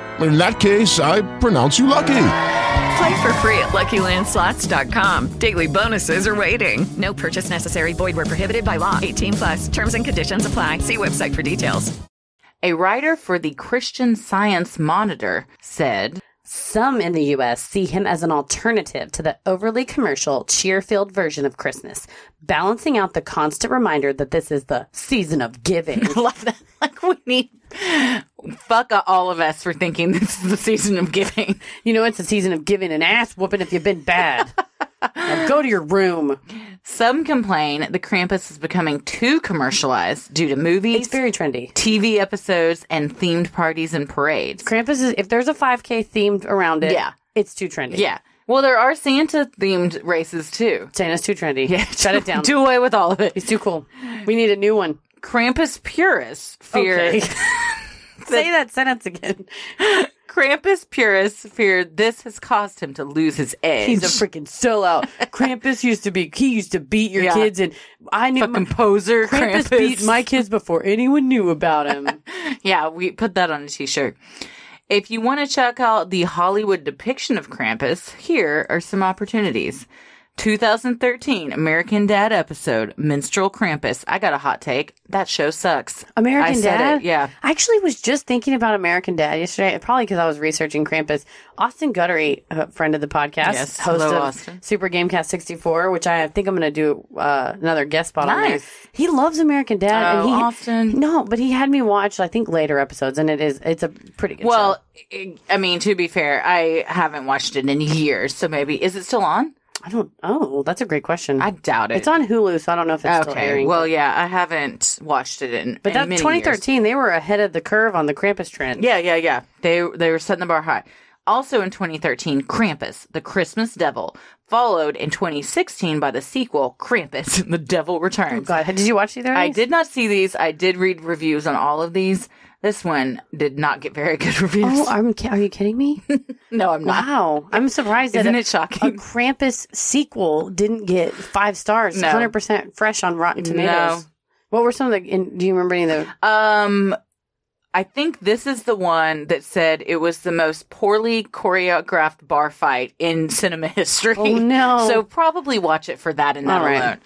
Speaker 6: In that case, I pronounce you lucky.
Speaker 7: Play for free at LuckyLandSlots.com. Daily bonuses are waiting.
Speaker 8: No purchase necessary. Void where prohibited by law. 18 plus. Terms and conditions apply. See website for details.
Speaker 3: A writer for the Christian Science Monitor said,
Speaker 2: Some in the U.S. see him as an alternative to the overly commercial, cheer filled version of Christmas, balancing out the constant reminder that this is the season of giving.
Speaker 3: like, we need. Fuck all of us for thinking this is the season of giving.
Speaker 2: You know, it's a season of giving an ass whooping if you've been bad. now go to your room.
Speaker 3: Some complain the Krampus is becoming too commercialized due to movies,
Speaker 2: It's very trendy.
Speaker 3: TV episodes, and themed parties and parades.
Speaker 2: Krampus is, if there's a 5K themed around it,
Speaker 3: Yeah.
Speaker 2: it's too trendy.
Speaker 3: Yeah. Well, there are Santa themed races too.
Speaker 2: Santa's too trendy. Yeah. Shut it down.
Speaker 3: Do away with all of it.
Speaker 2: He's too cool. We need a new one.
Speaker 3: Krampus purists fear.
Speaker 2: Okay. Say that sentence again.
Speaker 3: Krampus purists fear this has caused him to lose his edge.
Speaker 2: He's a freaking sellout. Krampus used to be, he used to beat your
Speaker 3: Yeah.
Speaker 2: kids, and I knew
Speaker 3: fucking poser.
Speaker 2: Krampus,
Speaker 3: Krampus,
Speaker 2: beat my kids before anyone knew about him.
Speaker 3: Yeah, we put that on a t-shirt. If you want to check out the Hollywood depiction of Krampus, here are some opportunities. 2013 American Dad episode Minstrel Krampus. I got a hot take. That show sucks.
Speaker 2: American
Speaker 3: I said
Speaker 2: Dad?
Speaker 3: It. Yeah.
Speaker 2: I actually was just thinking about American Dad yesterday, probably because I was researching Krampus. Austin Guttery, a friend of the podcast,
Speaker 3: Yes.
Speaker 2: host
Speaker 3: Hello,
Speaker 2: of
Speaker 3: Austin.
Speaker 2: Super Gamecast 64, which I think I'm going to do uh, another guest spot on there.
Speaker 3: Nice.
Speaker 2: He loves American Dad.
Speaker 3: Oh,
Speaker 2: and he,
Speaker 3: Austin.
Speaker 2: No, but he had me watch, I think, later episodes, and it is, it's a pretty good show.
Speaker 3: Well, I I mean, to be fair, I haven't watched it in years, so maybe is it still on?
Speaker 2: I don't. Oh, that's a great question.
Speaker 3: I doubt it.
Speaker 2: It's on Hulu, so I don't know if it's still
Speaker 3: Okay.
Speaker 2: airing.
Speaker 3: Well, yeah, I haven't watched it in
Speaker 2: but
Speaker 3: in
Speaker 2: that
Speaker 3: many years.
Speaker 2: 2013, they were ahead of the curve on the Krampus trend.
Speaker 3: Yeah, yeah, yeah. They they were setting the bar high. Also in 2013, Krampus, the Christmas Devil, followed in 2016 by the sequel Krampus, the Devil Returns.
Speaker 2: Oh, God, did you watch either? of
Speaker 3: I
Speaker 2: these?
Speaker 3: did not see these. I did read reviews on all of these. This one did not get very good reviews.
Speaker 2: Oh, I'm, ki- are you kidding me?
Speaker 3: no, I'm not.
Speaker 2: Wow, I'm surprised.
Speaker 3: Isn't
Speaker 2: that a-
Speaker 3: it shocking?
Speaker 2: A Krampus sequel didn't get five stars.
Speaker 3: No.
Speaker 2: 100 percent fresh on Rotten Tomatoes.
Speaker 3: No.
Speaker 2: What were some of the? In, do you remember any of the?
Speaker 3: Um, I think this is the one that said it was the most poorly choreographed bar fight in cinema history.
Speaker 2: Oh, no.
Speaker 3: So probably watch it for that and that
Speaker 2: All right.
Speaker 3: alone.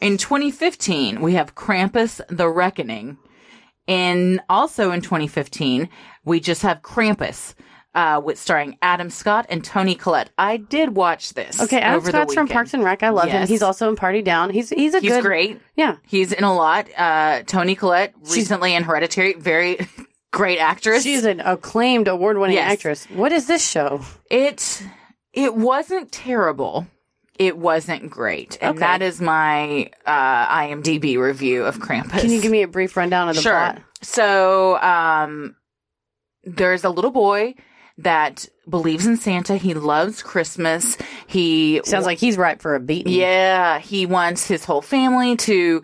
Speaker 3: In 2015, we have Krampus: The Reckoning. In also in 2015, we just have Krampus. Uh, with starring Adam Scott and Tony Collette. I did watch this.
Speaker 2: Okay, Adam
Speaker 3: over the
Speaker 2: Scott's from
Speaker 3: weekend.
Speaker 2: Parks and Rec. I love him.
Speaker 3: Yes.
Speaker 2: He's also in Party Down. He's he's a
Speaker 3: He's
Speaker 2: good.
Speaker 3: great.
Speaker 2: Yeah.
Speaker 3: He's in a lot. Uh, Tony Collette, recently in Hereditary, very great actress.
Speaker 2: She's an acclaimed award-winning
Speaker 3: Yes.
Speaker 2: actress. What is this show?
Speaker 3: it it wasn't terrible. It wasn't great, and
Speaker 2: Okay.
Speaker 3: that is my uh, IMDb review of Krampus.
Speaker 2: Can you give me a brief rundown of the
Speaker 3: sure.
Speaker 2: plot?
Speaker 3: So um, there's a little boy that believes in Santa. He loves Christmas. He
Speaker 2: Sounds like he's ripe for a beating.
Speaker 3: Yeah, he wants his whole family to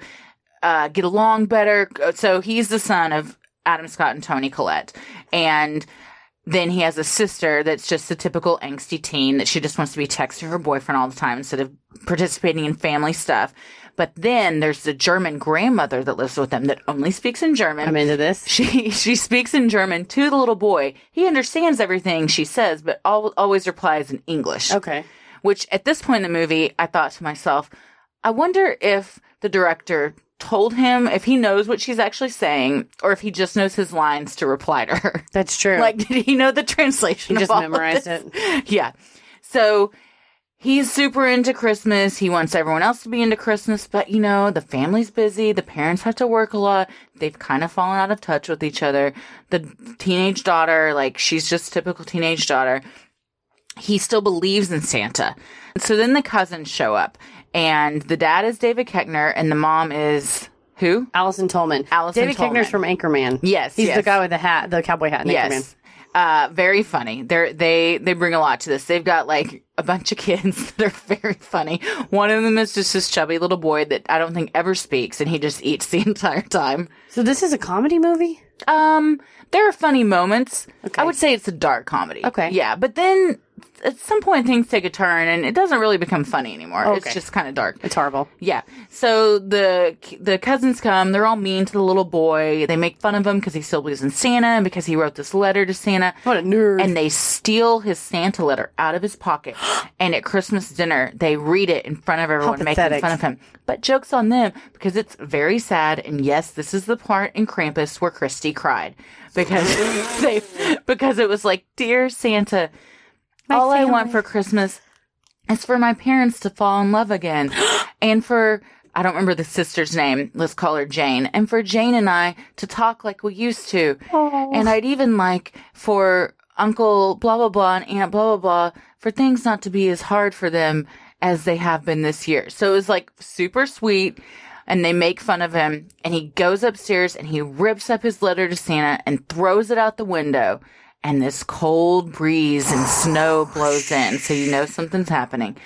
Speaker 3: uh, get along better. So he's the son of Adam Scott and Tony Collette, and then he has a sister that's just a typical angsty teen that she just wants to be texting her boyfriend all the time instead of participating in family stuff. But then there's the German grandmother that lives with them that only speaks in German.
Speaker 2: I'm into this.
Speaker 3: She she speaks in German to the little boy. He understands everything she says, but al- always replies in English
Speaker 2: Okay.
Speaker 3: which at this point in the movie, I thought to myself, I wonder if the director told him if he knows what she's actually saying or if he just knows his lines to reply to her.
Speaker 2: That's true.
Speaker 3: Like, did he know the translation?
Speaker 2: He
Speaker 3: of
Speaker 2: just
Speaker 3: all of
Speaker 2: memorized
Speaker 3: this? Yeah. So He's super into Christmas. He wants everyone else to be into Christmas, but you know, the family's busy. The parents have to work a lot. They've kind of fallen out of touch with each other. The teenage daughter, like, she's just typical teenage daughter. He still believes in Santa. So then the cousins show up, and the dad is David Keckner, and the mom is who?
Speaker 2: Allison Tolman.
Speaker 3: Allison
Speaker 2: David Kickner's
Speaker 3: Tolman.
Speaker 2: from Anchorman.
Speaker 3: Yes,
Speaker 2: he's the
Speaker 3: yes.
Speaker 2: guy with the hat, the cowboy hat. In
Speaker 3: Yes. Uh, very funny. They're, they they bring a lot to this. They've got like a bunch of kids that are very funny. One of them is just this chubby little boy that I don't think ever speaks, and he just eats the entire time.
Speaker 2: So this is a comedy movie.
Speaker 3: Um, there are funny moments. I would say it's a dark comedy. Okay, yeah, but then at some point things take a turn, and it doesn't really become funny anymore.
Speaker 2: Okay.
Speaker 3: It's just kind of dark.
Speaker 2: It's horrible.
Speaker 3: Yeah. So the the cousins come. They're all mean to the little boy. They make fun of him because he still believes in Santa and because he wrote this letter to Santa. What
Speaker 2: a nerd!
Speaker 3: And they steal his Santa letter out of his pocket. and at Christmas dinner, they read it in front of everyone, making
Speaker 2: pathetic.
Speaker 3: fun of him. But jokes on them because it's very sad. And yes, this is the part in Krampus where Christy cried because they because it was like, dear Santa, all I want for Christmas is for my parents to fall in love again. and for, I don't remember the sister's name, let's call her Jane. And for Jane and I to talk like we used to. And I'd even like for Uncle blah, blah, blah, and Aunt blah, blah, blah, for things not to be as hard for them as they have been this year. So it was like super sweet. And they make fun of him, and he goes upstairs and he rips up his letter to Santa and throws it out the window and this cold breeze and snow blows in, so you know something's happening.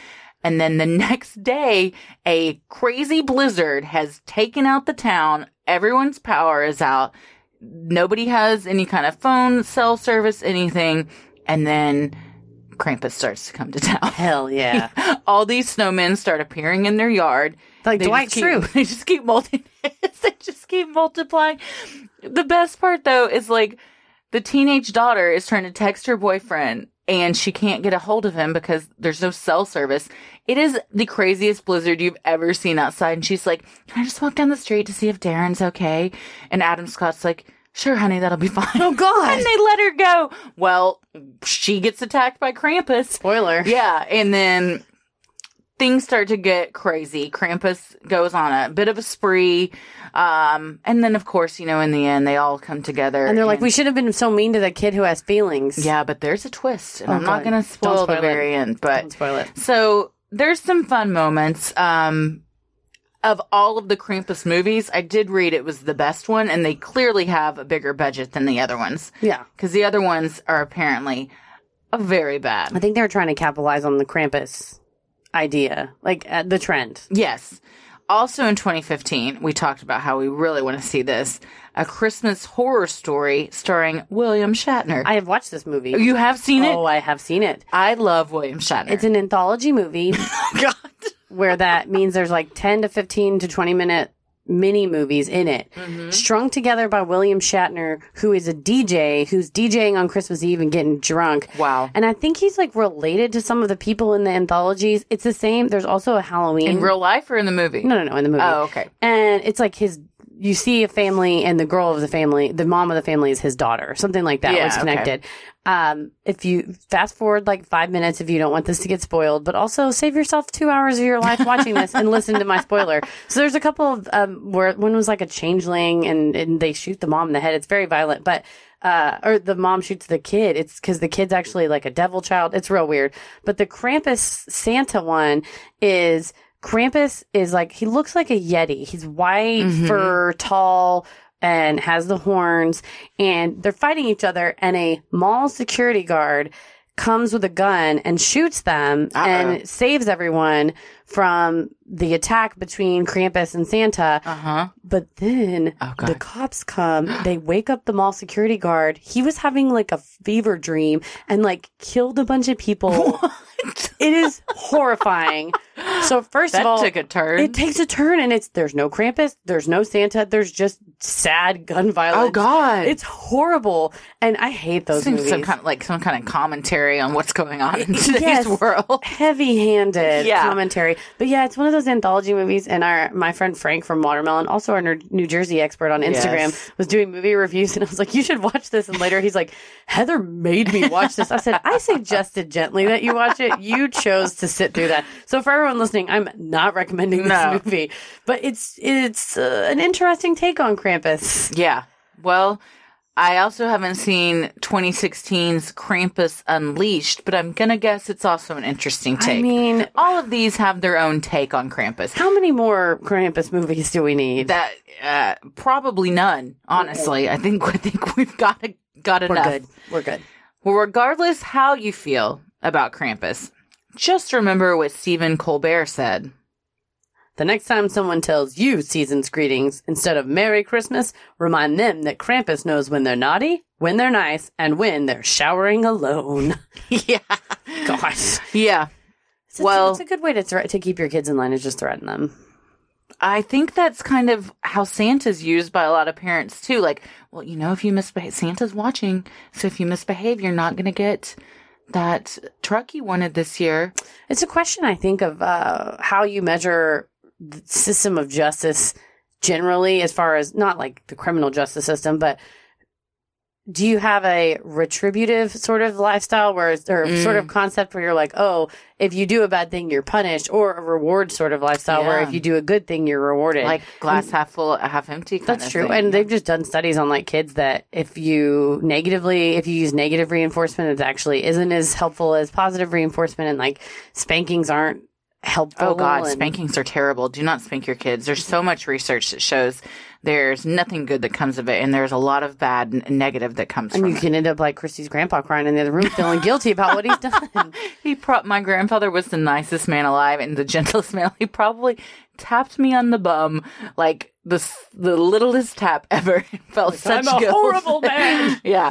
Speaker 3: And then the next day, a crazy blizzard has taken out the town. Everyone's power is out. Nobody has any kind of phone, cell service, anything. And then Krampus starts to come to town.
Speaker 2: Hell yeah.
Speaker 3: All these snowmen start appearing in their yard. Like
Speaker 2: Dwight Schrute.
Speaker 3: They just keep multi- they just keep multiplying. The best part though is like the teenage daughter is trying to text her boyfriend and she can't get a hold of him because there's no cell service. It is the craziest blizzard you've ever seen outside. And she's like, Can I just walk down the street to see if Darren's okay? And Adam Scott's like, Sure, honey, that'll be fine. Oh, God. And they let her go. Well, she gets attacked by Krampus. Spoiler. Yeah. And then things start to get crazy. Krampus goes on a bit of a spree. Um, and then, of course, you know, in the end, they all come together.
Speaker 2: And they're like, we should have been so mean to that kid who has feelings.
Speaker 3: Yeah, but there's a twist, and
Speaker 2: Oh,
Speaker 3: I'm not
Speaker 2: God.
Speaker 3: going to
Speaker 2: Don't
Speaker 3: spoil, the
Speaker 2: spoil it.
Speaker 3: very end. But
Speaker 2: Don't spoil it.
Speaker 3: so there's some fun moments. Um, of all of the Krampus movies, I did read it was the best one, and they clearly have a bigger budget than the other ones.
Speaker 2: Yeah.
Speaker 3: because the other ones are apparently uh, very bad.
Speaker 2: I think they were trying to capitalize on the Krampus idea, like uh, the trend.
Speaker 3: Yes. Also in 2015, we talked about how we really want to see this a Christmas horror story starring William Shatner.
Speaker 2: I have watched this movie.
Speaker 3: You have seen it?
Speaker 2: Oh, I have seen it.
Speaker 3: I love William Shatner.
Speaker 2: It's an anthology movie.
Speaker 3: Oh,
Speaker 2: God. Where that means there's like 10 to 15 to 20 minute mini movies in it,
Speaker 3: Mm-hmm.
Speaker 2: strung together by William Shatner, who is a DJ who's DJing on Christmas Eve and getting drunk. Wow. And I think he's like related to some of the people in the anthologies. It's the same. There's also a Halloween.
Speaker 3: in real life or in the movie?
Speaker 2: No, no, no, in the movie.
Speaker 3: Oh, okay.
Speaker 2: And it's like his. You see a family, and the girl of the family, the mom of the family, is his daughter, something like that.
Speaker 3: Yeah,
Speaker 2: Yeah, it's
Speaker 3: okay.
Speaker 2: connected. Um, if you fast forward like five minutes, if you don't want this to get spoiled, but also save yourself two hours of your life watching this and listen to my spoiler. So there's a couple of um, where one was like a changeling, and, and they shoot the mom in the head. It's very violent, but. Uh, or the mom shoots the kid. It's because the kid's actually like a devil child. It's real weird. But the Krampus Santa one is Krampus is like he looks like a yeti. He's white fur, tall, and has the horns. And they're fighting each other. And a mall security guard comes with a gun and shoots them
Speaker 3: Uh-uh.
Speaker 2: and saves everyone from the attack between Krampus and Santa. Uh
Speaker 3: huh.
Speaker 2: But then
Speaker 3: Oh,
Speaker 2: the cops come. They wake up the mall security guard. He was having like a fever dream and like killed a bunch of people. It is horrifying. so first
Speaker 3: That
Speaker 2: of all,
Speaker 3: took a turn.
Speaker 2: It takes a turn, and it's there's no Krampus, there's no Santa, there's just sad gun violence.
Speaker 3: Oh, God.
Speaker 2: it's horrible, and I hate those
Speaker 3: Seems
Speaker 2: movies.
Speaker 3: some kind of, like some kind of commentary on what's going on in today's
Speaker 2: Yes,
Speaker 3: world.
Speaker 2: heavy-handed
Speaker 3: Yeah.
Speaker 2: commentary, but yeah, it's one of those anthology movies. And our my friend Frank from Watermelon, also our Ner- New Jersey expert on
Speaker 3: Yes.
Speaker 2: Instagram, was doing movie reviews, and I was like, "You should watch this." And later, he's like, "Heather made me watch this." I said, "I suggested gently that you watch it. you chose to sit through that. So for everyone listening, I'm not recommending this
Speaker 3: No.
Speaker 2: movie, but it's it's uh, an interesting take on Krampus.
Speaker 3: Yeah. Well, I also haven't seen 2016's Krampus Unleashed, but I'm going to guess it's also an interesting take.
Speaker 2: I mean,
Speaker 3: all of these have their own take on Krampus.
Speaker 2: How many more Krampus movies do we need?
Speaker 3: That uh, probably none, honestly. I think I think we've got a, got
Speaker 2: We're
Speaker 3: enough.
Speaker 2: good. We're good.
Speaker 3: Well, regardless how you feel about Krampus, just remember what Stephen Colbert said.
Speaker 2: The next time someone tells you season's greetings instead of Merry Christmas, remind them that Krampus knows when they're naughty, when they're nice, and when they're showering alone.
Speaker 3: yeah.
Speaker 2: Gosh.
Speaker 3: Yeah.
Speaker 2: It's a,
Speaker 3: Well-
Speaker 2: it's a good way to thre- to keep your kids in line is just threaten them.
Speaker 3: I think that's kind of how Santa's used by a lot of parents too. Like, well, you know, if you misbehave, Santa's watching. So if you misbehave, you're not going to get that truck you wanted this year.
Speaker 2: It's a question I think of uh, how you measure the system of justice generally, as far as not like the criminal justice system, but do you have a retributive sort of lifestyle where it's, or
Speaker 3: Mm.
Speaker 2: sort of concept where you're like, oh, if you do a bad thing, you're punished, or a reward sort of lifestyle where
Speaker 3: Yeah.
Speaker 2: if you do a good thing, you're rewarded,
Speaker 3: Like glass
Speaker 2: And-
Speaker 3: half full, half empty. Kind
Speaker 2: that's
Speaker 3: of
Speaker 2: true.
Speaker 3: thing.
Speaker 2: And they've just done studies on like kids that if you negatively, if you use negative reinforcement, it actually isn't as helpful as positive reinforcement. And like spankings aren't helpful.
Speaker 3: Oh God,
Speaker 2: and-
Speaker 3: spankings are terrible. Do not spank your kids. There's so much research that shows there's nothing good that comes of it, and there's a lot of bad and negative that comes
Speaker 2: And
Speaker 3: from
Speaker 2: you
Speaker 3: it.
Speaker 2: can end up like Christy's grandpa crying in the other room, feeling guilty about what he's done.
Speaker 3: He pro- my grandfather was the nicest man alive and the gentlest man. He probably tapped me on the bum like the s- the littlest tap ever. It felt
Speaker 5: I'm
Speaker 3: such
Speaker 5: a
Speaker 3: guilt.
Speaker 5: horrible man.
Speaker 3: yeah.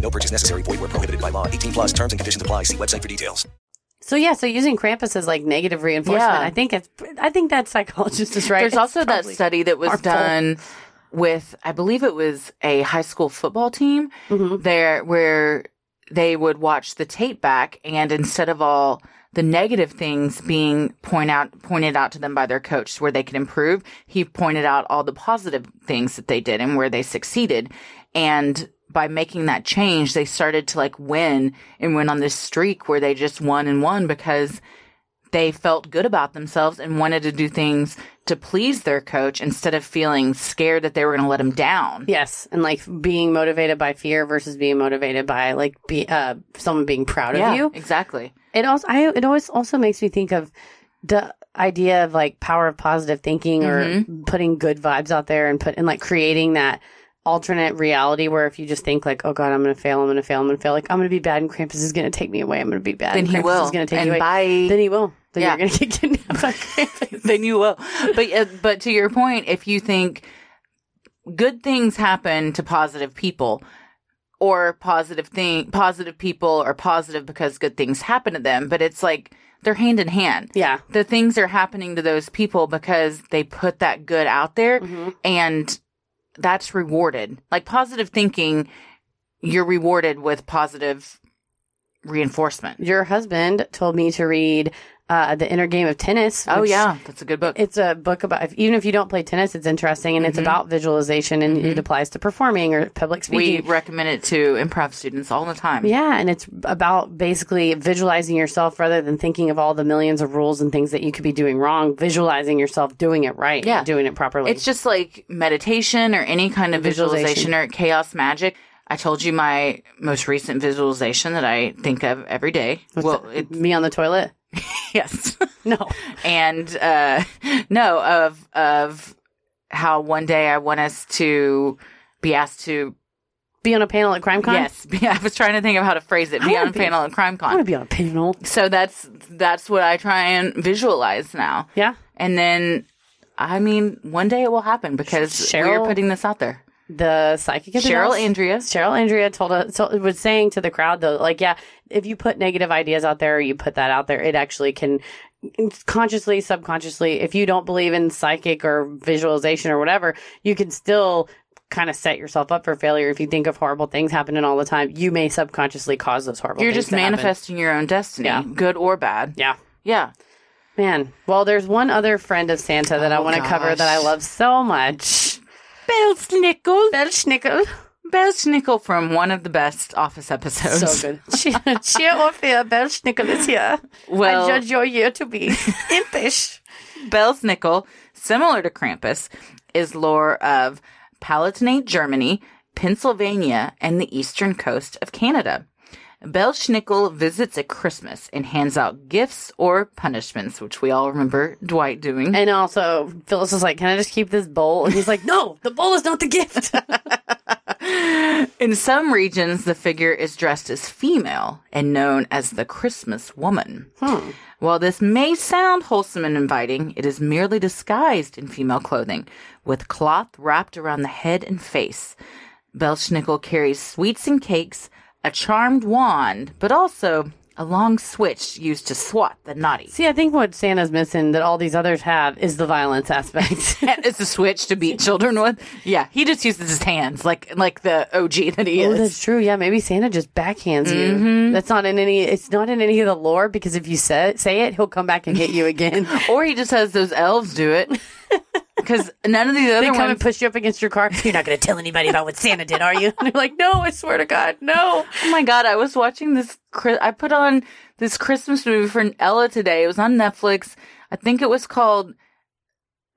Speaker 9: No purchase necessary. Void where prohibited by law. 18 plus terms and conditions apply. See website for details.
Speaker 2: So yeah, so using Krampus as like negative reinforcement,
Speaker 3: Yeah.
Speaker 2: I think it's, I think that psychologist is right.
Speaker 3: There's
Speaker 2: It's
Speaker 3: also that
Speaker 2: probably
Speaker 3: study that was
Speaker 2: harmful.
Speaker 3: done with, I believe it was a high school football team there where they would watch the tape back and instead of all the negative things being point out pointed out to them by their coach where they could improve, he pointed out all the positive things that they did and where they succeeded. And by making that change, they started to like win and went on this streak where they just won and won because they felt good about themselves and wanted to do things to please their coach instead of feeling scared that they were going to let him down.
Speaker 2: Yes, and like being motivated by fear versus being motivated by like be uh someone being proud
Speaker 3: Yeah,
Speaker 2: of you.
Speaker 3: exactly.
Speaker 2: It also I it always also makes me think of the idea of like power of positive thinking
Speaker 3: Mm-hmm.
Speaker 2: or putting good vibes out there and put and like creating that alternate reality where if you just think like oh god I'm gonna fail I'm gonna fail I'm gonna fail like I'm gonna be bad and Krampus is gonna take me away I'm gonna be bad
Speaker 3: Then
Speaker 2: and
Speaker 3: he
Speaker 2: Krampus
Speaker 3: will.
Speaker 2: is gonna take
Speaker 3: And
Speaker 2: me away
Speaker 3: bye.
Speaker 2: then he will then
Speaker 3: Yeah.
Speaker 2: you're gonna get kidnapped by
Speaker 3: then you will. But uh, but to your point, if you think good things happen to positive people, or positive thing, positive people are positive because good things happen to them, but it's like they're hand in hand.
Speaker 2: Yeah,
Speaker 3: the things are happening to those people because they put that good out there, and that's rewarded. Like positive thinking, you're rewarded with positive reinforcement.
Speaker 2: Your husband told me to read uh, The Inner Game of Tennis.
Speaker 3: Oh,
Speaker 2: which-
Speaker 3: yeah. That's a good book.
Speaker 2: It's a book about, if, even if you don't play tennis, it's interesting and it's
Speaker 3: Mhm.
Speaker 2: about visualization and it
Speaker 3: Mhm.
Speaker 2: applies to performing or public
Speaker 3: We
Speaker 2: speaking.
Speaker 3: recommend it to improv students all the time.
Speaker 2: Yeah, and it's about basically visualizing yourself rather than thinking of all the millions of rules and things that you could be doing wrong, visualizing yourself doing it right, yeah. doing it properly.
Speaker 3: It's just like meditation or any kind of
Speaker 2: Visualization.
Speaker 3: visualization, or chaos magic. I told you my most recent visualization that I think of every day. well, it,
Speaker 2: me on the toilet.
Speaker 3: yes.
Speaker 2: No.
Speaker 3: And uh, no of of how one day I want us to be asked to
Speaker 2: be on a panel at CrimeCon.
Speaker 3: Yes, I was trying to think of how to phrase it.
Speaker 2: I
Speaker 3: Be
Speaker 2: wanna
Speaker 3: on a
Speaker 2: be-
Speaker 3: panel at CrimeCon.
Speaker 2: I want to be on a panel.
Speaker 3: So that's that's what I try and visualize now.
Speaker 2: Yeah.
Speaker 3: And then I mean, one day it will happen because we're
Speaker 2: Cheryl-
Speaker 3: putting this out there.
Speaker 2: The psychic at the
Speaker 3: Cheryl
Speaker 2: house-
Speaker 3: Andrea.
Speaker 2: Cheryl Andrea told us so was saying to the crowd though, like, yeah, if you put negative ideas out there, or you put that out there, it actually can consciously, subconsciously, if you don't believe in psychic or visualization or whatever, you can still kind of set yourself up for failure. If you think of horrible things happening all the time, you may subconsciously cause those horrible
Speaker 3: You're
Speaker 2: things
Speaker 3: just
Speaker 2: to happen.
Speaker 3: manifesting your own destiny,
Speaker 2: Yeah.
Speaker 3: good or bad.
Speaker 2: Yeah.
Speaker 3: Yeah.
Speaker 2: Man. Well, there's one other friend of Santa that I
Speaker 3: Oh,
Speaker 2: want to cover
Speaker 3: gosh.
Speaker 2: that I love so much.
Speaker 3: Belsnickel.
Speaker 2: Belsnickel.
Speaker 3: Belsnickel from one of the best Office episodes.
Speaker 2: So good. Cheer or fear, Belsnickel is here.
Speaker 3: Well-
Speaker 2: I judge your year to be impish.
Speaker 3: Belsnickel, similar to Krampus, is lore of Palatinate, Germany, Pennsylvania, and the eastern coast of Canada. Belschnickel visits at Christmas and hands out gifts or punishments, which we all remember Dwight doing.
Speaker 2: And also, Phyllis was like, Can I just keep this bowl? And he's like, No, the bowl is not the gift.
Speaker 3: In some regions, the figure is dressed as female and known as the Christmas woman. While this may sound wholesome and inviting, it is merely disguised in female clothing, with cloth wrapped around the head and face. Belschnickel carries sweets and cakes, a charmed wand, but also a long switch used to swat the naughty.
Speaker 2: See, I think what Santa's missing that all these others have is the violence aspect.
Speaker 3: it's a switch to beat children with. Yeah, he just uses his hands like like the OG that he
Speaker 2: Oh,
Speaker 3: is.
Speaker 2: that's true. Yeah, maybe Santa just backhands you.
Speaker 3: Mhm.
Speaker 2: That's not in any. It's not in any of the lore because if you say say it, he'll come back and hit you again.
Speaker 3: or he just has those elves do it. Because none of these other
Speaker 2: they come and
Speaker 3: ones.
Speaker 2: push you up against your car. You're not going to tell anybody about what Santa did, are you? And you're like, no, I swear to God, no.
Speaker 3: Oh my God, I was watching this. Chri- I put on this Christmas movie for Ella today. It was on Netflix. I think it was called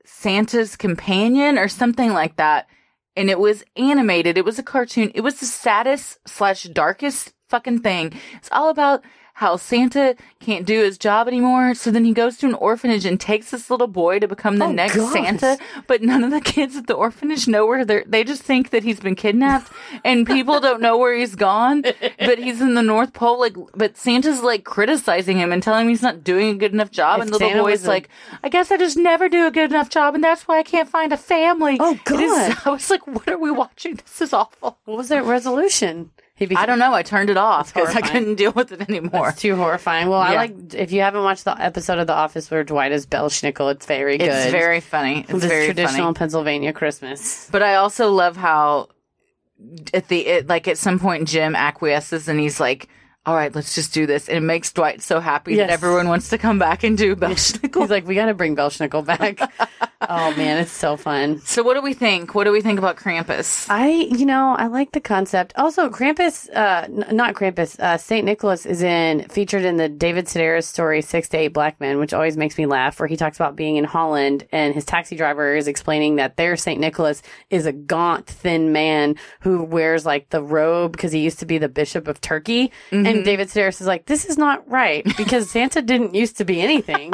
Speaker 3: Santa's Companion or something like that. And it was animated. It was a cartoon. It was the saddest slash darkest fucking thing. It's all about how Santa can't do his job anymore. So then he goes to an orphanage and takes this little boy to become the
Speaker 2: Oh,
Speaker 3: next
Speaker 2: gosh.
Speaker 3: Santa. But none of the kids at the orphanage know where they're, they just think that he's been kidnapped and people don't know where he's gone. But he's in the North Pole. Like, but Santa's like criticizing him and telling him he's not doing a good enough job.
Speaker 2: If
Speaker 3: and the
Speaker 2: Santa
Speaker 3: little
Speaker 2: was
Speaker 3: boy's
Speaker 2: a-
Speaker 3: like, I guess I just never do a good enough job, and that's why I can't find a family. Oh God! I was like, what are we watching? This is awful.
Speaker 2: What was that resolution? He
Speaker 3: I don't know. I turned it off because I
Speaker 2: horrifying.
Speaker 3: couldn't deal with it anymore.
Speaker 2: It's too horrifying. Well, I
Speaker 3: Yeah.
Speaker 2: like if you haven't watched the episode of The Office where Dwight is Belschnickel, it's very good.
Speaker 3: It's very funny. It's
Speaker 2: This
Speaker 3: very
Speaker 2: traditional
Speaker 3: funny.
Speaker 2: Pennsylvania Christmas.
Speaker 3: But I also love how at the it, like at some point Jim acquiesces and he's like, "All right, let's just do this," and it makes Dwight so happy
Speaker 2: Yes.
Speaker 3: that everyone wants to come back and do Belschnickel.
Speaker 2: He's like, we got to bring Belschnickel back. oh man, it's so fun.
Speaker 3: So what do we think? What do we think about Krampus?
Speaker 2: I, you know, I like the concept. Also, Krampus, uh, n- not Krampus, uh, Saint Nicholas is in featured in the David Sedaris story Six to Eight Black Men, which always makes me laugh. Where he talks about being in Holland and his taxi driver is explaining that their Saint Nicholas is a gaunt, thin man who wears like the robe because he used to be the Bishop of Turkey. And
Speaker 3: Mhm.
Speaker 2: David Sedaris is like, this is not right because Santa didn't used to be anything.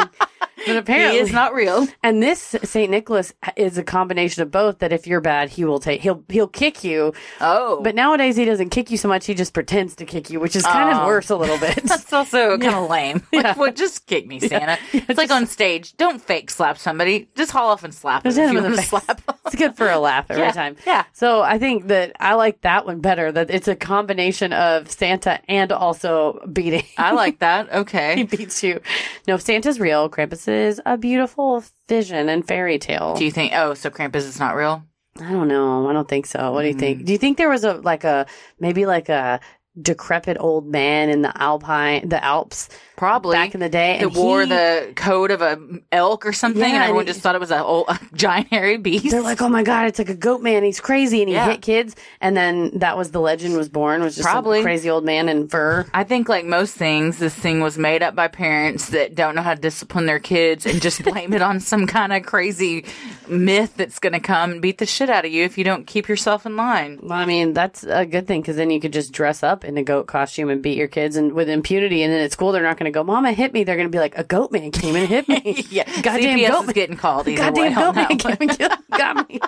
Speaker 2: But apparently,
Speaker 3: is not real.
Speaker 2: And this Saint Nicholas is a combination of both. That if you're bad, he will take he'll he'll kick you.
Speaker 3: Oh,
Speaker 2: but nowadays he doesn't kick you so much. He just pretends to kick you, which is kind of
Speaker 3: Oh.
Speaker 2: worse a little bit.
Speaker 3: That's also kind of lame. Like, well, just kick me, Santa. it's like on stage. Don't fake slap somebody. Just haul off and slap them.
Speaker 2: Just
Speaker 3: if
Speaker 2: hit
Speaker 3: you
Speaker 2: him in the
Speaker 3: wanna
Speaker 2: face.
Speaker 3: slap 'em.
Speaker 2: it's good for a laugh every
Speaker 3: Yeah,
Speaker 2: time. Yeah. So I think that I like that one better. That it's a combination of Santa and also beating.
Speaker 3: I like that. Okay.
Speaker 2: he beats you. No, Santa's real. Krampus is a beautiful vision and fairy tale.
Speaker 3: Do you think? Oh, so Krampus is not real. Mm.
Speaker 2: I don't know. I don't think so. What do you think? Do you think there was a like a maybe like a decrepit old man in the Alpine, the Alps,
Speaker 3: probably
Speaker 2: back in the day.
Speaker 3: It
Speaker 2: and
Speaker 3: wore
Speaker 2: he-
Speaker 3: the coat of a elk or something,
Speaker 2: Yeah,
Speaker 3: and everyone
Speaker 2: and-
Speaker 3: just thought it was a, old, a giant hairy beast.
Speaker 2: They're like, oh my god, it's like a goat man. He's crazy, and he
Speaker 3: Yeah.
Speaker 2: hit kids. And then that was the legend was born. Was just
Speaker 3: Probably.
Speaker 2: a crazy old man in fur.
Speaker 3: I think, like most things, this thing was made up by parents that don't know how to discipline their kids and just blame it on some kind of crazy myth that's going to come and beat the shit out of you if you don't keep yourself in line.
Speaker 2: Well, I mean, that's a good thing because then you could just dress up in a goat costume and beat your kids and with impunity. And then at school, they're not going to go, "Mama hit me." They're going to be like, "A goat man came and hit me." yeah, goddamn
Speaker 3: CPS
Speaker 2: goat
Speaker 3: is
Speaker 2: man.
Speaker 3: getting called either
Speaker 2: Goddamn
Speaker 3: way.
Speaker 2: goat
Speaker 3: on that one.
Speaker 2: man came and killed, got me.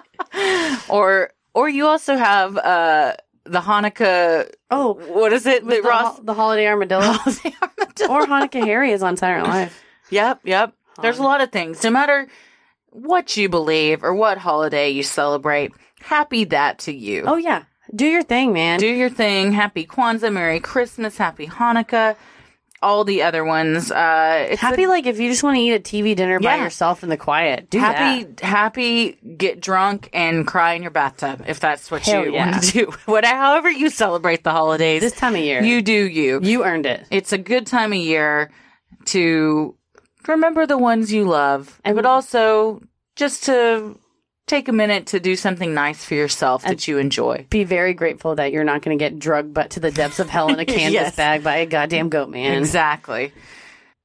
Speaker 3: or or you also have uh the Hanukkah.
Speaker 2: Oh,
Speaker 3: what is it?
Speaker 2: The,
Speaker 3: That Ross.
Speaker 2: hol- the holiday armadillo. or Hanukkah Harry is on Saturday Night Live.
Speaker 3: Yep, yep. There's a lot of things. No matter what you believe or what holiday you celebrate, happy that to you.
Speaker 2: Oh yeah, do your thing, man.
Speaker 3: Do your thing. Happy Kwanzaa, Merry Christmas, Happy Hanukkah, all the other ones. Uh, it's
Speaker 2: Happy like if you just want to eat a TV dinner by
Speaker 3: Yeah.
Speaker 2: yourself in the quiet. Do
Speaker 3: happy,
Speaker 2: that.
Speaker 3: happy. Get drunk and cry in your bathtub if that's what
Speaker 2: Hell
Speaker 3: you
Speaker 2: yeah.
Speaker 3: want to do. Whatever, however you celebrate the holidays
Speaker 2: this time of year.
Speaker 3: you do you.
Speaker 2: You earned it.
Speaker 3: It's a good time of year to remember the ones you love, but also just to take a minute to do something nice for yourself that you enjoy.
Speaker 2: be very grateful that you're not going to get drugged but to the depths of hell in a canvas
Speaker 3: Yes.
Speaker 2: bag by a goddamn goat man.
Speaker 3: Exactly.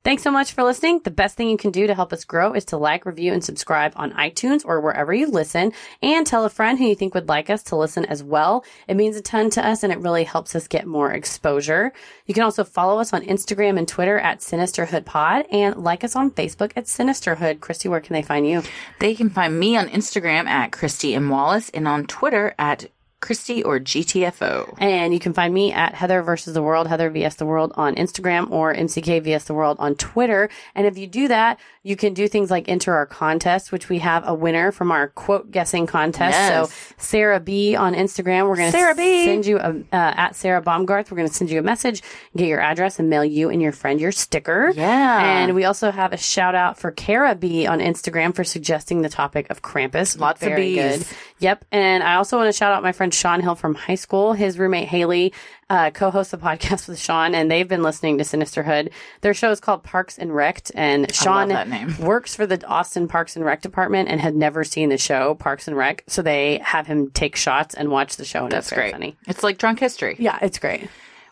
Speaker 2: Thanks so much for listening. The best thing you can do to help us grow is to like, review, and subscribe on iTunes or wherever you listen, and tell a friend who you think would like us to listen as well. It means a ton to us and it really helps us get more exposure. You can also follow us on Instagram and Twitter at Sinisterhood Pod and like us on Facebook at Sinisterhood. Christy, where can they find you?
Speaker 3: They can find me on Instagram at Christy M. Wallace and on Twitter at Christy or GTFO.
Speaker 2: And you can find me at Heather versus the world, Heather vs the world on Instagram or MCK vs the world on Twitter. And if you do that, you can do things like enter our contest, which we have a winner from our quote guessing contest. So
Speaker 3: Yes.
Speaker 2: Sarah B on Instagram, we're going
Speaker 3: Sarah
Speaker 2: to
Speaker 3: B.
Speaker 2: send you a, uh, at Sarah Baumgarth. We're going to send you a message, get your address, and mail you and your friend your sticker.
Speaker 3: Yeah.
Speaker 2: And we also have a shout out for Cara B on Instagram for suggesting the topic of Krampus.
Speaker 3: Lots of
Speaker 2: Very
Speaker 3: bees.
Speaker 2: good. Yep. And I also want to shout out my friend Sean Hill from high school. His roommate Haley uh, co hosts a podcast with Sean, and they've been listening to Sinisterhood. Their show is called Parks and Wrecked, and Sean
Speaker 3: that name.
Speaker 2: works for the Austin Parks and Rec department and had never seen the show Parks and Rec. So they have him take shots and watch the show, and
Speaker 3: That's
Speaker 2: it's very
Speaker 3: great.
Speaker 2: funny.
Speaker 3: It's like drunk history.
Speaker 2: Yeah, it's great.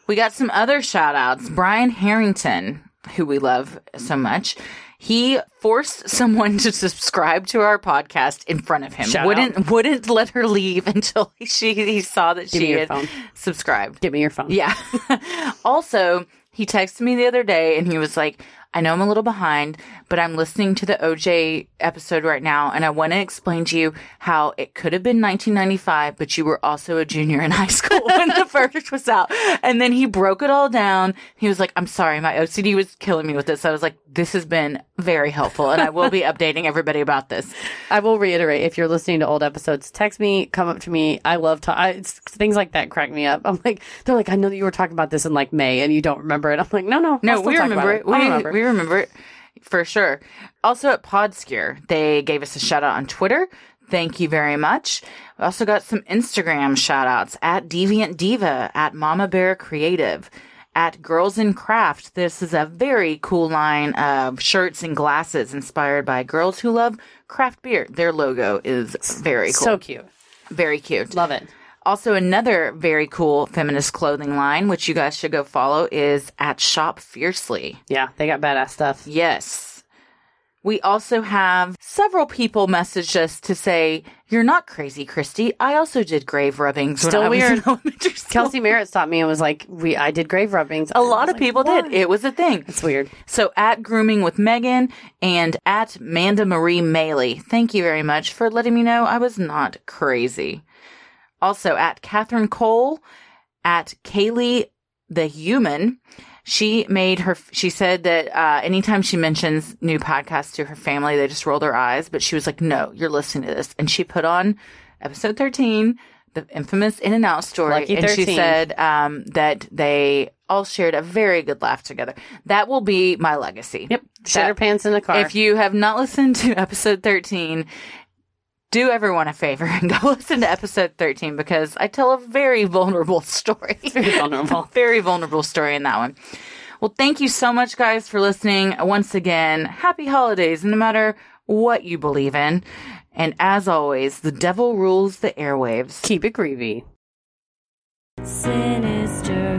Speaker 3: We got some other shout outs. Brian Harrington, who we love so much, he forced someone to subscribe to our podcast in front of him.
Speaker 2: Shout
Speaker 3: wouldn't wouldn't let her leave until she he saw that
Speaker 2: Give me
Speaker 3: she
Speaker 2: your
Speaker 3: had
Speaker 2: phone.
Speaker 3: subscribed.
Speaker 2: Give me your phone.
Speaker 3: Yeah. also, he texted me the other day and he was like, I know I'm a little behind, but I'm listening to the OJ episode right now and I want to explain to you how it could have been 1995, but you were also a junior in high school when the verdict was out. And then he broke it all down. He was like, I'm sorry, my OCD was killing me with this. I was like, this has been very helpful and I will be updating everybody about this.
Speaker 2: I will reiterate if you're listening to old episodes, text me, come up to me. I love to, I, it's, things like that crack me up. I'm like, they're like, I know that you were talking about this in like May and you don't remember it. I'm like, no, no, I'll
Speaker 3: No,
Speaker 2: still
Speaker 3: we
Speaker 2: talk about
Speaker 3: remember it.
Speaker 2: I'll
Speaker 3: We,
Speaker 2: remember.
Speaker 3: we remember it for sure. Also at Podskier, they gave us a shout out on Twitter. Thank you very much. We also got some Instagram shout outs at Deviant Diva, at Mama Bear Creative, at Girls in Craft. This is a very cool line of shirts and glasses inspired by girls who love craft beer. Their logo is very cool.
Speaker 2: So cute.
Speaker 3: Very cute.
Speaker 2: Love it.
Speaker 3: Also, another very cool feminist clothing line, which you guys should go follow, is at Shop Fiercely.
Speaker 2: Yeah, they got badass stuff.
Speaker 3: Yes. We also have several people messaged us to say, You're not crazy, Christy. I also did grave rubbings. when I was
Speaker 2: Still weird.
Speaker 3: in elementary school."
Speaker 2: Kelsey Merritt stopped me and was like, "We, I did grave rubbings."
Speaker 3: A lot of people did. It was a thing.
Speaker 2: It's weird.
Speaker 3: So at grooming with Megan and at Manda Marie Maley. Thank you very much for letting me know I was not crazy. Also at Catherine Cole, at Kaylee the Human. She made her, she said that uh, anytime she mentions new podcasts to her family, they just roll their eyes. But she was like, no, you're listening to this. And she put on episode 13, the infamous In and Out story.
Speaker 2: Lucky
Speaker 3: and she
Speaker 2: 13.
Speaker 3: said um, that they all shared a very good laugh together. That will be my legacy. Yep.
Speaker 2: Shit her pants in the car.
Speaker 3: If you have not listened to episode 13, do everyone a favor and go listen to episode 13 because I tell a very vulnerable story. Very vulnerable. very vulnerable story in that one. Well, thank you so much, guys, for listening. Once again, happy holidays, no matter what you believe in. And as always, the devil rules the airwaves. Keep it grievy.
Speaker 10: Sinister